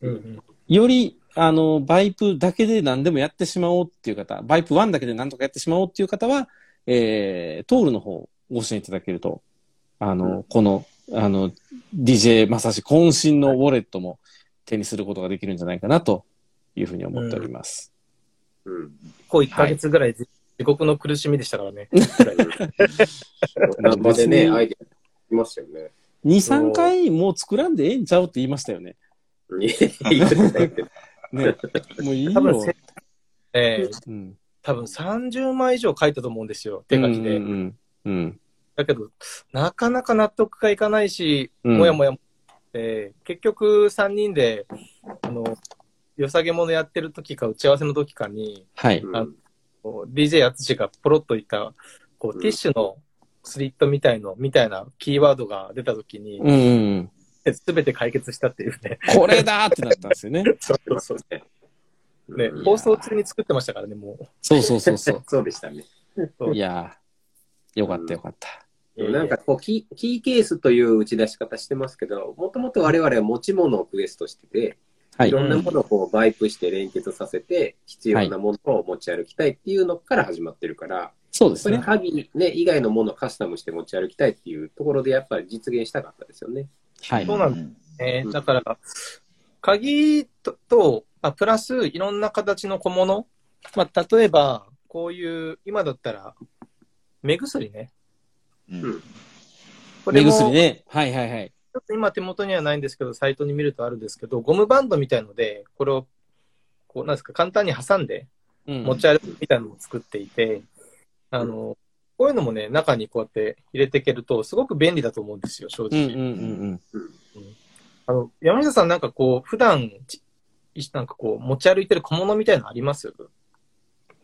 Speaker 4: うんうん。
Speaker 2: より、あの、バイプだけで何でもやってしまおうっていう方、バイプ1だけで何とかやってしまおうっていう方は、えー、トールの方をご支援いただけると、あの、
Speaker 5: うん
Speaker 2: この、あの、DJ まさし渾身のウォレットも手にすることができるんじゃないかなというふうに思っております。
Speaker 5: うん。
Speaker 4: こう1ヶ月ぐらい地獄の苦しみでしたからね。
Speaker 5: なんかでね、アイデア出ましたよね。
Speaker 2: 2、3回もう作らんでええんちゃうって言いましたよね。
Speaker 5: いやいや言ってないけど
Speaker 2: ね。もういい
Speaker 4: 多分
Speaker 2: よ
Speaker 4: せ。ええ
Speaker 2: うん。
Speaker 4: 多分30枚以上書いたと思うんですよ、手書きで。
Speaker 2: うんうんうん。うん。
Speaker 4: だけど、なかなか納得がいかないし、
Speaker 2: うん
Speaker 4: もやもやも、えー結局3人で、あの、良さげものやってる時か打ち合わせの時かに、
Speaker 2: はい。
Speaker 5: うん
Speaker 4: こう DJ やつしがポロッといた、こ
Speaker 5: うん
Speaker 4: う、ティッシュのスリットみたいの、みたいなキーワードが出た時に、
Speaker 2: うんうんうん。
Speaker 4: すべて解決したっていうね。
Speaker 2: これだーってなったんですよね。
Speaker 5: そうそうね。
Speaker 4: ね
Speaker 5: う
Speaker 2: い
Speaker 5: ん
Speaker 2: や
Speaker 4: 放送中に作ってましたからね、もう。
Speaker 2: そうそうそうそう。
Speaker 5: そうでしたね。
Speaker 4: そう
Speaker 2: いやー、よかったよかった。
Speaker 5: なんかこうキー、キーケースという打ち出し方してますけど、もともと我々は持ち物をクエストしてて、、
Speaker 2: はいい。
Speaker 5: ろんなものをこうバイプして連結させて、必要なものを持ち歩きたいっていうのから始まってるから、
Speaker 2: そうです
Speaker 5: それ
Speaker 2: ね。
Speaker 5: 鍵、ね、以外のものをカスタムして持ち歩きたいっていうところでやっぱり実現したかったですよね。
Speaker 2: はい。
Speaker 4: そうなんね
Speaker 5: うん
Speaker 4: だから、鍵ととあ、プラスいろんな形の小物。まあ、例えば、こういう、今だったら、目薬ね。
Speaker 3: うん。
Speaker 5: うん
Speaker 4: これ
Speaker 2: 目
Speaker 4: も、
Speaker 2: 薬ね。はいはいはい。
Speaker 4: ちょっと今手元にはないんですけど、サイトに見るとあるんですけど、ゴムバンドみたいので、これを、こう、なんですか、簡単に挟んで、
Speaker 2: うん
Speaker 4: 持ち歩くみたいなのも作っていて、あの、こういうのもね、中にこうやって入れていけると、すごく便利だと思うんですよ、正
Speaker 2: うん
Speaker 4: 直。
Speaker 2: うんうん
Speaker 4: あの、山下さんなんかこう、普段、ちいなんかこう、持ち歩いてる小物みたいのあります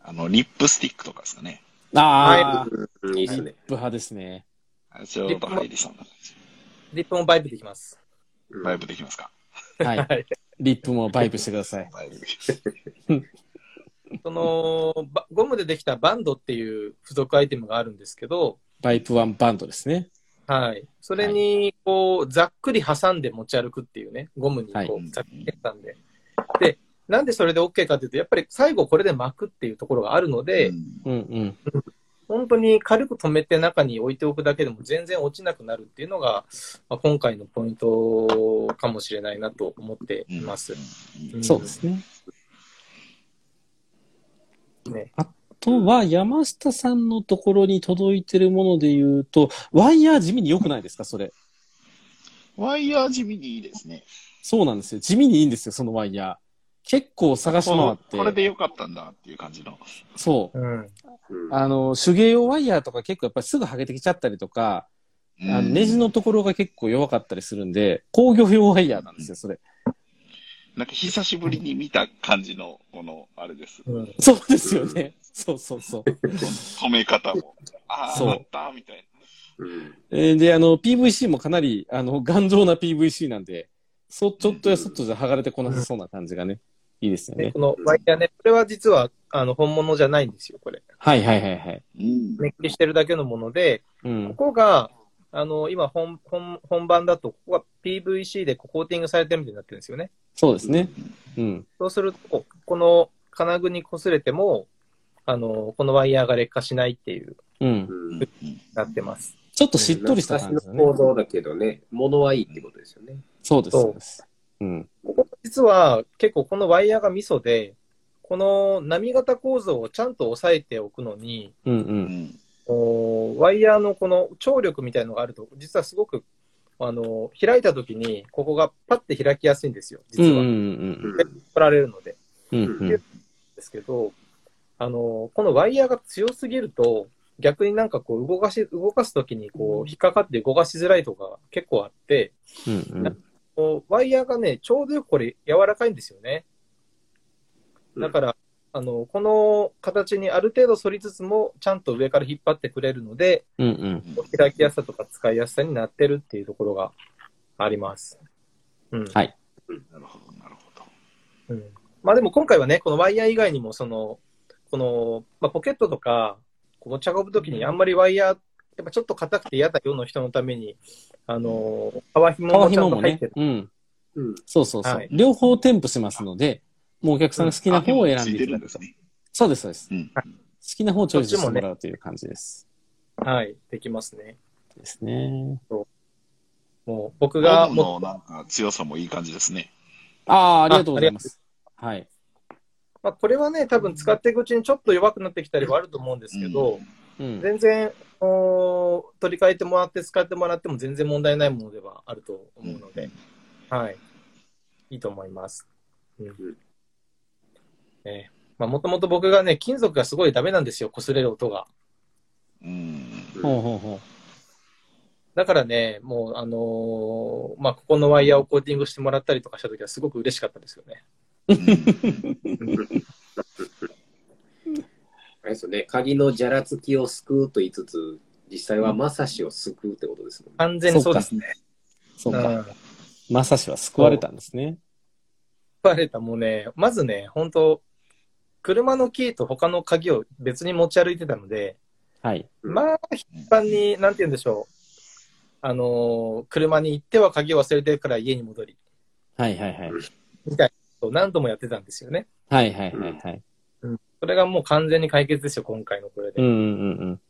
Speaker 3: あの、リップスティックとかですかね。
Speaker 2: うん。ああ、
Speaker 5: うん、いいですね。
Speaker 2: 部派ですね。
Speaker 3: あれちょうど入りそうな感じ。
Speaker 4: リップもバイブできます。
Speaker 5: うん
Speaker 3: バイブできますか
Speaker 2: はい
Speaker 4: はい。
Speaker 2: リップもバイブしてください。
Speaker 3: バイブできます。
Speaker 4: その、ばゴムでできたバンドっていう付属アイテムがあるんですけど、
Speaker 2: バイプワンバンドですね。
Speaker 4: はい。それに、こう、ざっくり挟んで持ち歩くっていうね、ゴムに
Speaker 2: はい
Speaker 4: こう、ざっくり挟んで。で、なんでそれで OK かっていうと、やっぱり最後これで巻くっていうところがあるので、
Speaker 3: うん
Speaker 2: うんうん。
Speaker 4: 本当に軽く止めて中に置いておくだけでも全然落ちなくなるっていうのが、まあ、今回のポイントかもしれないなと思っています。
Speaker 3: うん
Speaker 4: ん
Speaker 2: そうですね。
Speaker 4: ね。
Speaker 2: あとは、山下さんのところに届いてるもので言うと、ワイヤー地味に良くないですかそれ。
Speaker 3: ワイヤー地味にいいですね。
Speaker 2: そうなんですよ。地味にいいんですよ、そのワイヤー。結構探し回
Speaker 3: こ
Speaker 2: って。
Speaker 3: うこれでよかったんだっていう感じの。
Speaker 2: そう
Speaker 4: う。ん。
Speaker 5: うん
Speaker 2: あの、手芸用ワイヤーとか結構やっぱりすぐ剥げてきちゃったりとか、あの
Speaker 3: うん
Speaker 2: ネジのところが結構弱かったりするんで、工業用ワイヤーなんですよ、それ。
Speaker 3: なんか久しぶりに見た感じの、この、あれです。
Speaker 4: うん。
Speaker 2: そうですよね。そうそうそう。
Speaker 3: 止め方も。あ
Speaker 2: そ
Speaker 3: あ、
Speaker 2: う
Speaker 3: あったみたい
Speaker 5: うん
Speaker 2: えーで、あの、PVC もかなり、あの、頑丈な PVC なんで、そ、ちょっとやそっとじゃ剥がれてこなさそうな感じがね、いいですよ
Speaker 4: で、
Speaker 2: ね。
Speaker 4: このワイヤーね、これは実は、あの、本物じゃないんですよ、これ。
Speaker 2: はいはいはいはい。
Speaker 3: な。うん
Speaker 4: メッキしてるだけのもので、
Speaker 2: う
Speaker 4: こ
Speaker 2: ん。
Speaker 4: こが、あの、今本、本、本番だと、ここが PVC でこうコーティングされてるみたいになってるんですよね。
Speaker 2: そうですね。うん。
Speaker 4: そうすると、この金具に擦れても、あの、このワイヤーが劣化しないっていう、
Speaker 2: うん。
Speaker 5: うん
Speaker 4: なってます。
Speaker 2: ちょっとしっとりした感じ
Speaker 5: 昔
Speaker 2: だ
Speaker 5: の
Speaker 2: ね。
Speaker 5: 行動だけどね、物はいいってことですよね。
Speaker 2: そうです、
Speaker 4: そう
Speaker 2: そうです。うん。
Speaker 4: ここ実は結構このワイヤーがミソで、この波型構造をちゃんと抑えておくのに、
Speaker 2: うんう。
Speaker 3: うんん。
Speaker 4: おワイヤーのこの張力みたいのがあると、実はすごく、あの、開いた時に、ここがパッて開きやすいんですよ、実
Speaker 2: うんうんう
Speaker 4: は。取
Speaker 2: ん
Speaker 4: られるので。
Speaker 2: うん。うんうん。
Speaker 4: ですけど、あの、このワイヤーが強すぎると、逆になんかこう動かし、動かすときにこう引っかかって動かしづらいとか結構あって、
Speaker 2: うんうん。
Speaker 4: こうワイヤーがね、ちょうどよくこれ柔らかいんですよね。
Speaker 5: うん
Speaker 4: だから、あの、この形にある程度反りつつも、ちゃんと上から引っ張ってくれるので、
Speaker 2: うんうん。
Speaker 3: うん
Speaker 4: 開きやすさとか使いやすさになってるっていうところがあります。うん。
Speaker 2: はい
Speaker 3: なるほど、なるほど。
Speaker 4: うんまあでも今回はね、このワイヤー以外にも、その、この、まあ、ポケットとか、持ち運ぶときにあんまりワイヤー、やっぱちょっと硬くて嫌だよの人のために、あのー、革紐
Speaker 2: 革
Speaker 4: もちゃん
Speaker 2: 紐
Speaker 4: と
Speaker 2: も
Speaker 4: 入っ
Speaker 2: ね
Speaker 4: てる。。
Speaker 2: うん。
Speaker 5: うん。
Speaker 2: そうそうそう。
Speaker 4: はい
Speaker 2: 両方添付しますので、もうお客さんの好きな方を選んでいただくと。
Speaker 3: ね。
Speaker 2: そうです、そうです。
Speaker 3: うん。
Speaker 2: 好きな方をチョイスしてもらうという感じです。
Speaker 4: はい、できますね。
Speaker 2: ですね。
Speaker 4: もう僕
Speaker 3: ガ
Speaker 4: が
Speaker 3: ム
Speaker 4: も
Speaker 3: のなんか強さもいい感じですね。
Speaker 2: ああ、ありがとうございます。はい。
Speaker 4: まあ、これはね、多分使っていくうちにちょっと弱くなってきたりはあると思うんですけど、
Speaker 2: うん。
Speaker 4: 全然、おー取り替えてもらって使ってもらっても全然問題ないものではあると思うので、はい。いいと思います。うん
Speaker 5: ん
Speaker 4: ねまあ、もともと僕がね、金属がすごいダメなんですよ、擦れる音が。
Speaker 3: うん。
Speaker 2: ほうほうほ
Speaker 4: だからね、もう、あのーまあ、ここのワイヤーをコーティングしてもらったりとかした時はすごく嬉しかったですよね。
Speaker 3: うん
Speaker 5: あれですよね、鍵のじゃらつきを救うと言いつつ、実際はまさしを救うってことですもんね。
Speaker 4: 完全にそうですね。
Speaker 2: う。そう
Speaker 4: う
Speaker 2: か。
Speaker 4: ん
Speaker 2: まさしは救われたんですね。
Speaker 4: バレたもうね、まずね、本当車のキーと他の鍵を別に持ち歩いてたので、
Speaker 2: はい。
Speaker 5: うん
Speaker 4: まあ、頻繁に、なんて言うんでしょう。あのー車に行っては鍵を忘れてるから家に戻り、
Speaker 2: はいはいはい。
Speaker 4: と何度もやってたんですよね。
Speaker 2: はいはいはいはい。
Speaker 4: それがもう完全に解決ですよ、今回のこれで。
Speaker 2: うんうんうんうん。
Speaker 5: うん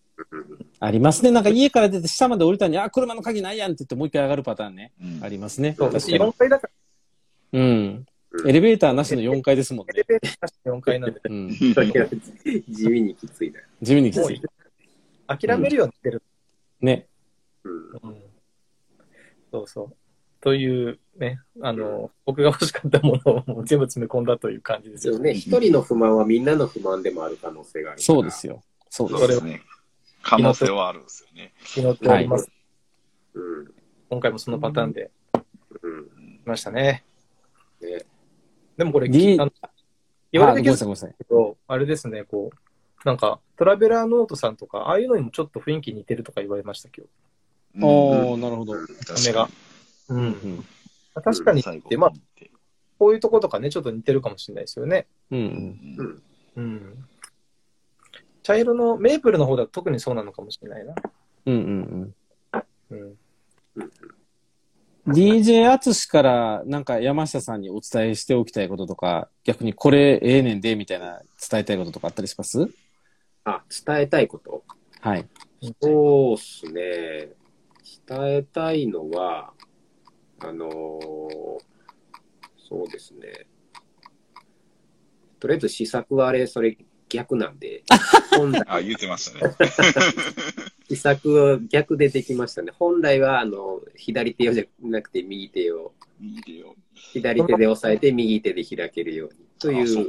Speaker 2: ありますね。なんか家から出て下まで降りたのに、あ、車の鍵ないやんって言ってもう一回上がるパターンね。
Speaker 3: うん
Speaker 2: ありますね。
Speaker 4: そう、
Speaker 2: 確
Speaker 4: 私
Speaker 2: かに
Speaker 4: 4階だから、
Speaker 2: うん。
Speaker 5: うん
Speaker 2: エレベーターなしの4階ですもん
Speaker 4: エ
Speaker 2: ね
Speaker 4: レ。ベーターして4階なんで、
Speaker 2: うん。
Speaker 5: それが地味にきついな。
Speaker 2: 地味にき
Speaker 4: も
Speaker 2: つい。
Speaker 4: う諦めるようになってる。
Speaker 2: ね。
Speaker 5: うん。
Speaker 4: うんそうそう。というね、あのー僕が欲しかったものをもう全部詰め込んだという感じです
Speaker 5: で
Speaker 4: よ
Speaker 5: も。ね、一人の不満はみんなの不満でもある可能性があるから。
Speaker 2: そうですよ。そうで
Speaker 3: そう
Speaker 2: す。
Speaker 3: ですね。可能性はあるんですよね。
Speaker 4: 祈っております。
Speaker 5: うん。
Speaker 4: 今回もそのパターンで
Speaker 5: うん。
Speaker 4: 来ましたね。
Speaker 5: ね
Speaker 4: でもこれ、
Speaker 2: D-
Speaker 4: あの言
Speaker 2: あ
Speaker 4: わ
Speaker 2: ご
Speaker 4: れ
Speaker 2: め
Speaker 4: て
Speaker 2: ん
Speaker 4: け
Speaker 2: な
Speaker 4: ど
Speaker 2: さい、ごめんなさい。
Speaker 4: あれですね、こう、なんか、トラベラーノートさんとか、ああいうのにもちょっと雰囲気似てるとか言われましたけど、
Speaker 3: うん
Speaker 2: おー、なるほど。
Speaker 4: 目が。。う。
Speaker 2: うんん。
Speaker 4: 確かに、
Speaker 3: 最後
Speaker 4: でまあこういうとことかね、ちょっと似てるかもしれないですよね。
Speaker 2: う。
Speaker 3: うんん
Speaker 4: うん。茶色のメープルの方だと特にそうなのかもしれないな。
Speaker 2: うんうん
Speaker 4: うん。
Speaker 2: うん。DJ 淳からなんか山下さんにお伝えしておきたいこととか、逆にこれええねんでみたいな伝えたいこととかあったりします
Speaker 5: あ、伝えたいこと
Speaker 2: はい。
Speaker 5: そうっすね。伝えたいのは、あのーそうですね。とりあえず試作はあれ、それ逆なんで、本来
Speaker 3: あ、言ってましたね。
Speaker 5: 試作は逆でできましたね。本来は、あの、左手をじゃなくて右手を、
Speaker 3: いいよ。
Speaker 5: 左手で押さえて右手で開けるようにとい、
Speaker 3: あそう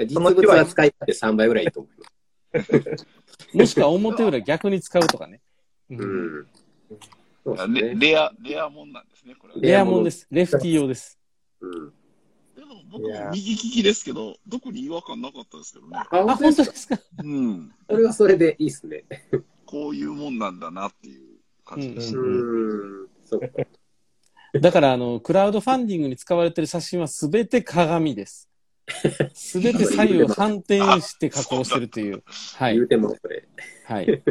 Speaker 5: 実物は使い勝手3倍ぐらいいいと思います。
Speaker 2: もしくは表裏逆に使うとかね。う
Speaker 5: う。ん。そうです
Speaker 3: レ
Speaker 5: ね。
Speaker 3: レア、レアもんなんですね、これは。
Speaker 2: レアもんです。レフティー用です。
Speaker 5: うん。
Speaker 3: でも僕も右利きですけど、特に違和感なかったですけどね。
Speaker 5: あ、
Speaker 2: あ、
Speaker 5: 本当
Speaker 2: 本
Speaker 5: です
Speaker 2: 当
Speaker 5: か
Speaker 2: ですか。
Speaker 3: うん。
Speaker 5: それはそれでいいっすね。
Speaker 3: こういうもんなんだなっていう感じでし
Speaker 5: う
Speaker 3: た。
Speaker 5: ーん、そうか。
Speaker 2: だから、あの、クラウドファンディングに使われてる写真はすべて鏡です。すべて左右反転して加工してるという。は
Speaker 5: 言。
Speaker 2: いう
Speaker 5: てもそれ、
Speaker 2: はい。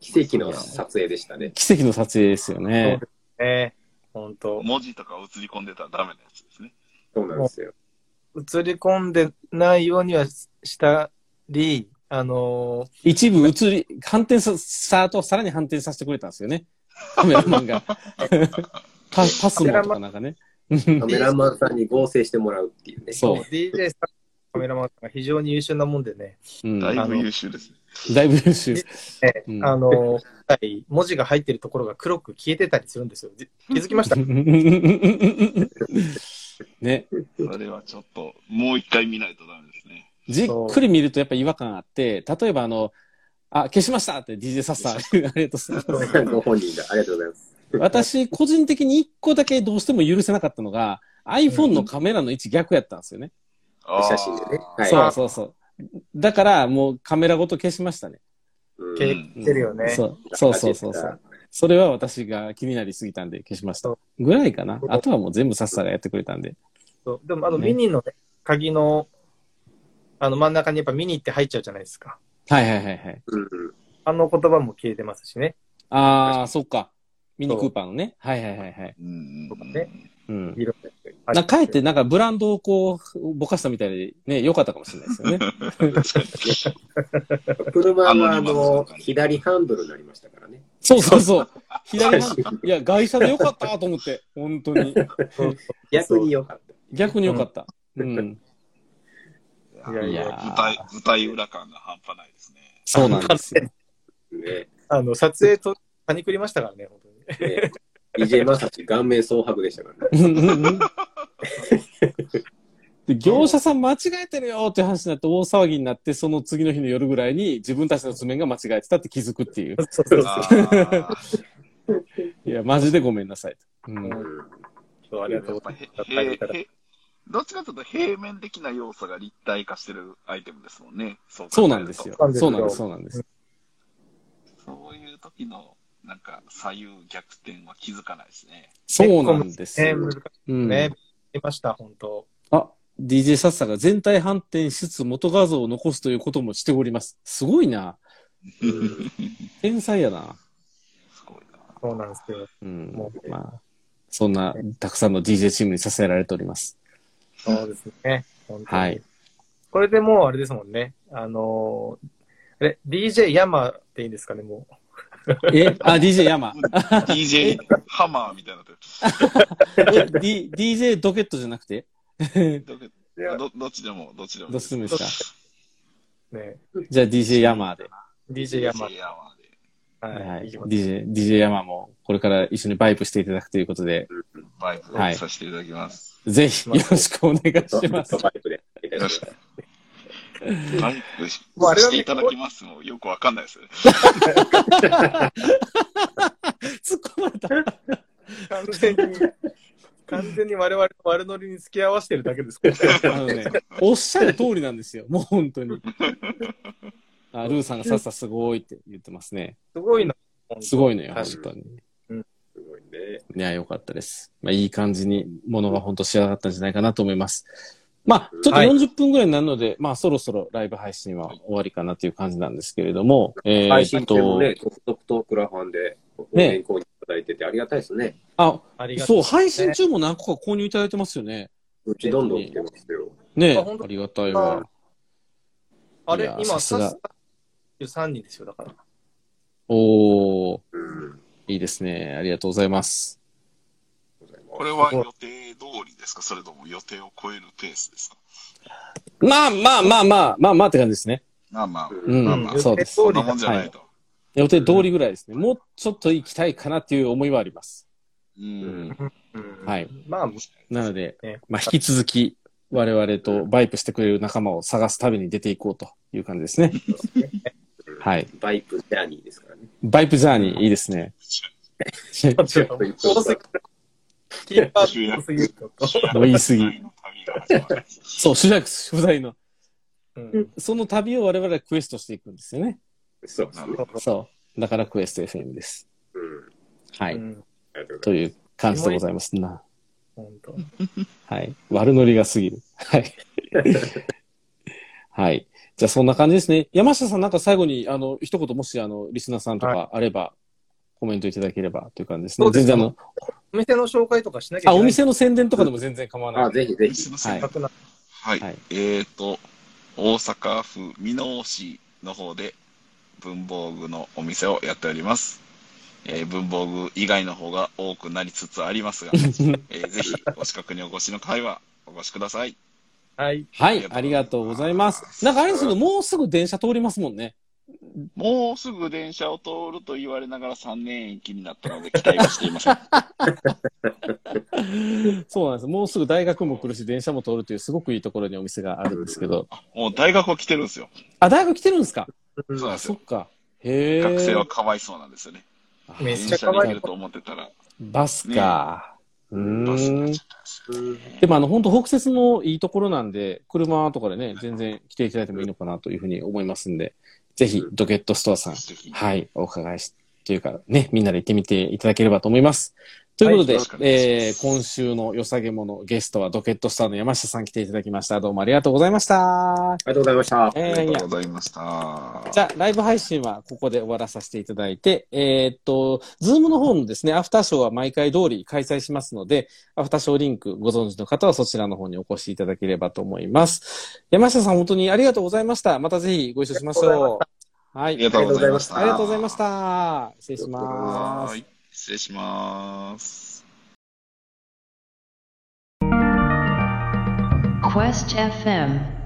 Speaker 5: 奇跡の撮影でしたね。
Speaker 2: 奇跡の撮影ですよね。
Speaker 4: ね本当
Speaker 3: 文字とか映り込んでたらダメなやつですね。
Speaker 5: そうなんですよ。
Speaker 4: 映り込んでないようにはしたり、あのー
Speaker 2: 一部映り、反転さした後、さらに反転させてくれたんですよね。カメラマンが。パパスモとかなんかね。
Speaker 5: カメラマンさんに合成してもらうっていうね。
Speaker 2: そう
Speaker 4: DJ さんカメラマンが非常に優秀なもんでね、
Speaker 2: うん、
Speaker 3: だ
Speaker 2: だ
Speaker 3: いぶ優秀ですね。
Speaker 2: いぶ優秀。うん
Speaker 4: あの、本来文字が入ってるところが黒く消えてたりするんですよ。じ気づきました
Speaker 2: ね。
Speaker 3: それはちょっと、もう一回見ないとダメですね。
Speaker 2: じっくり見るとやっぱ違和感あって、例えばあの、あ、消しましたって DJ サッサー、ありがとうございます。
Speaker 5: ご本人だ。ありがとうございます。
Speaker 2: 私、個人的に一個だけどうしても許せなかったのが、iPhone のカメラの位置逆やったんですよね。
Speaker 3: あー
Speaker 5: 写真でねはい
Speaker 2: そうそうそう。だから、もうカメラごと消しましたね。
Speaker 5: うん
Speaker 4: 消
Speaker 3: うん
Speaker 4: えてるよね。
Speaker 2: そうそうそうそうそう。。それは私が気になりすぎたんで消しました。ぐらいかな。あとはもう全部サッサーがやってくれたんで。
Speaker 4: そうでも、あの、
Speaker 2: ね
Speaker 4: ミニのね鍵の、あの、真ん中にやっぱミニって入っちゃうじゃないですか。
Speaker 2: はいはいはいはい。
Speaker 5: うん。
Speaker 4: あの言葉も消えてますしね。
Speaker 2: あー、そっか。ミニクーパーのね。はいはいはいはい。
Speaker 3: うんうんうん
Speaker 4: ね
Speaker 2: うん。
Speaker 4: 色々
Speaker 2: なかえってなんかブランドをこう、ぼかしたみたいでね、良かったかもしれないですよね。
Speaker 5: 車は、
Speaker 3: あの
Speaker 5: あの、
Speaker 3: 今の
Speaker 5: 左ハンドルになりましたからね。
Speaker 2: そうそうそう。左半いや、外車で良かったと思って。本当に。
Speaker 5: 逆に良かった。
Speaker 2: 逆に良かった。うん。
Speaker 4: いや
Speaker 2: いや
Speaker 3: 舞台、舞台裏感が半端ないですね。
Speaker 2: そうなんですよ。
Speaker 5: ね。
Speaker 4: あの、撮影と、パニクりましたからね、本当に。
Speaker 5: ね DJ まさし顔面蒼白でしたからね。
Speaker 2: で業者さん間違えてるよっていう話になって大騒ぎになって、その次の日の夜ぐらいに自分たちの図面が間違えてたって気づくって いう。
Speaker 4: そうそう
Speaker 3: あー
Speaker 2: いや、マジでごめんなさいと。うん
Speaker 5: うん
Speaker 4: そう。ありがとうござい
Speaker 3: へ
Speaker 4: ます。
Speaker 3: へへどっちかというと平面的な要素が立体化してるアイテムですもんね。そ考
Speaker 2: そ
Speaker 3: えると
Speaker 2: うなんですよ。
Speaker 4: そうなんです
Speaker 2: そ
Speaker 4: よ
Speaker 2: うなんです、そうなんです。
Speaker 3: そういう時の、なんか、左右逆転は気づかないですね。
Speaker 2: そうなんです
Speaker 4: ね、
Speaker 2: よ。
Speaker 4: 難し
Speaker 2: う
Speaker 4: い
Speaker 2: ん、
Speaker 4: ね。いました、本当。
Speaker 2: あ、DJ サッサが全体反転しつつ元画像を残すということもしております。すごいな。天才やな。
Speaker 3: すごいな。
Speaker 4: そうなんですよ。
Speaker 2: うん
Speaker 4: もう。ね
Speaker 2: まあ、そんな、たくさんの DJ チームに支えられております。
Speaker 4: そうですね。本当に
Speaker 2: はい。
Speaker 4: これでもうあれですもんね。あのー、あれ、DJ ヤマっていいんですかね、もう。
Speaker 2: え、あ、DJ 山。
Speaker 3: DJ ハマーみたいになって
Speaker 2: え D、DJ ドケットじゃなくて
Speaker 3: る
Speaker 4: いや
Speaker 3: どどっちでも、どっちでも。
Speaker 2: どうするんですか
Speaker 4: ね、
Speaker 2: じゃあ DJ ヤマーで。
Speaker 4: DJ ヤマ。
Speaker 3: DJ ヤマーで。
Speaker 2: は。
Speaker 4: はいい。
Speaker 2: DJ、DJ ヤマーもこれから一緒にバイプしていただくということで、
Speaker 3: バイクをさせていただきます。
Speaker 2: ぜひよろしくお願いします。
Speaker 5: バイクで。
Speaker 3: バイクし
Speaker 4: もうあれ
Speaker 3: し
Speaker 4: は
Speaker 3: ていただきますもよくわかんないですよね。
Speaker 2: 突っ込まれた。
Speaker 4: 完全に、完全に我々の悪ノリに付き合わせてるだけですけど。
Speaker 2: あのね、おっしゃる通りなんですよ。もう本当に。あ、ルーさんがさっさすごいって言ってますね。
Speaker 4: すごいな。
Speaker 2: すごいのよ、
Speaker 4: 確
Speaker 2: 本
Speaker 4: か
Speaker 2: 当に。
Speaker 5: すごいね。
Speaker 2: いや、よかったです。まあ、いい感じに、ものが本当仕上がったんじゃないかなと思います。まあ、ちょっと
Speaker 4: はい
Speaker 2: 40分ぐらいになるので、まあ、そろそろライブ配信は終わりかなという感じなんですけれども、え
Speaker 5: 配信
Speaker 2: ー、
Speaker 5: 中
Speaker 2: と
Speaker 5: も、ね、続々とクラファンでご連購いただいててありがたいですね。
Speaker 2: あ、
Speaker 4: ありがと。
Speaker 2: そうう、配信中も何個か購入いただいてますよね。
Speaker 5: うちどんどん来てますよ。
Speaker 2: ね
Speaker 4: あ本当
Speaker 2: ありがたいわ。
Speaker 4: あれ
Speaker 2: いや、
Speaker 4: 今、
Speaker 2: さす
Speaker 4: さ
Speaker 2: が
Speaker 4: っさ3人ですよ、だから。
Speaker 2: おー、
Speaker 5: うん。
Speaker 2: いいですね。ありがとうございます。
Speaker 3: これは予定通りですかそれとも予定を超えるペースですか
Speaker 2: まあまあまあまあ、まあまあって感じですね。
Speaker 3: まあまあ、
Speaker 2: うん、
Speaker 3: まあまあ
Speaker 2: そうです。
Speaker 3: そんなもんじゃないと。
Speaker 2: 予定通りぐらいですね。もうちょっと行きたいかなっていう思いはあります。
Speaker 3: うん。
Speaker 4: うん
Speaker 2: はい。
Speaker 4: まあ、
Speaker 2: なので、
Speaker 4: ね
Speaker 2: まあ、引き続き、我々とバイプしてくれる仲間を探す旅に出ていこうという感じですね。はい。
Speaker 5: バイクジャーニーですからね。
Speaker 2: バイプジャーニー、いいです ね。
Speaker 4: ちょっと、多すぎる。キーパー多すぎ るちょっと。
Speaker 2: もう言い過ぎ
Speaker 3: の旅が始まる
Speaker 2: そう、主役不在の。
Speaker 4: うん
Speaker 2: その旅を我々はクエストしていくんですよね。
Speaker 5: そうですね。
Speaker 2: そう。だからクエスト FM です。
Speaker 5: うん。
Speaker 2: は
Speaker 4: う
Speaker 2: い。
Speaker 4: ん
Speaker 5: ありがとうござ
Speaker 2: と
Speaker 5: い
Speaker 2: いう感じでございますな。
Speaker 4: 本当
Speaker 2: はい。悪ノリが過ぎる。はい。はい。じゃあそんな感じですね。山下さんなんか最後に、あの、一言もし、あの、リスナーさんとかあれば、コメントいただければという感じですね。
Speaker 4: そうです
Speaker 2: 全然あの、
Speaker 4: お店の紹介とかしなきゃ
Speaker 2: あ、
Speaker 4: いけ
Speaker 2: お
Speaker 4: ない。
Speaker 2: 店の宣伝とかでも全然構わ
Speaker 5: ます。
Speaker 2: な
Speaker 5: あ、
Speaker 2: い。
Speaker 5: ぜひぜひ。
Speaker 3: 西野さん
Speaker 2: はい
Speaker 4: 楽な
Speaker 3: はい。
Speaker 2: はい
Speaker 3: えっ、と、大阪府箕面市の方で文房具のお店をやっております。えー文房具以外の方が多くなりつつあ りますが、えーぜひお近くにお越しの会はお越しください。
Speaker 4: はい。
Speaker 2: はい、ありがとうございます。なんかあれですけど、もうすぐ電車通りますもんね。
Speaker 3: もうすぐ電車を通ると言われながら3年延期になったので期待はしていませ ん。
Speaker 2: そうなんです。もうすぐ大学も来るし、電車も通るというすごくいいところにお店があるんですけど。
Speaker 3: もう大学は来てるんですよ。
Speaker 2: あ、大学来てるんですか
Speaker 3: そうなんです
Speaker 2: そ
Speaker 3: よ
Speaker 2: っ。か。へえ。
Speaker 3: 学生はかわいそうなんですよね。
Speaker 4: めっ
Speaker 3: 電
Speaker 4: ちゃ
Speaker 3: 車で
Speaker 4: かわ
Speaker 3: 行
Speaker 4: い
Speaker 3: け
Speaker 4: い
Speaker 3: る。と思ってたら、
Speaker 2: バスか。う
Speaker 3: バスにな
Speaker 2: ー
Speaker 3: っ
Speaker 2: ん
Speaker 3: ち。ゃったんですよね。
Speaker 2: でもあの、本当北節のいいところなんで、車とかでね、全然来ていただいてもいいのかなというふうに思いますんで、ぜひ、ドケットストアさん、
Speaker 3: ぜひ
Speaker 2: はい、お伺いし、というか、ね、みんなで行ってみていただければと思います。ということで、
Speaker 3: はいよろしくお願いします
Speaker 2: えー、今週の良さげものゲストはドケットスターの山下さん来ていただきました。どうもありがとうございました。
Speaker 5: りがとうございました。
Speaker 2: え
Speaker 3: あ
Speaker 2: ー
Speaker 3: り
Speaker 2: い
Speaker 3: が
Speaker 2: や
Speaker 3: とうございました。
Speaker 2: じゃあ、ライブ配信はここで終わらさせていただいて、えーっと、ズームの方のですね、アフターショーは毎回通り開催しますので、アフターショーリンクご存知の方はそちらの方にお越しいただければと思います。山下さん、本当にありがとうございました。またぜひご一緒しまし
Speaker 4: ありがとう
Speaker 2: ょ
Speaker 4: ご
Speaker 2: う。は
Speaker 3: あ
Speaker 2: い。
Speaker 3: りがとうございました。
Speaker 2: ありがとうございました。失礼します
Speaker 3: は。い。失礼します。
Speaker 1: Quest FM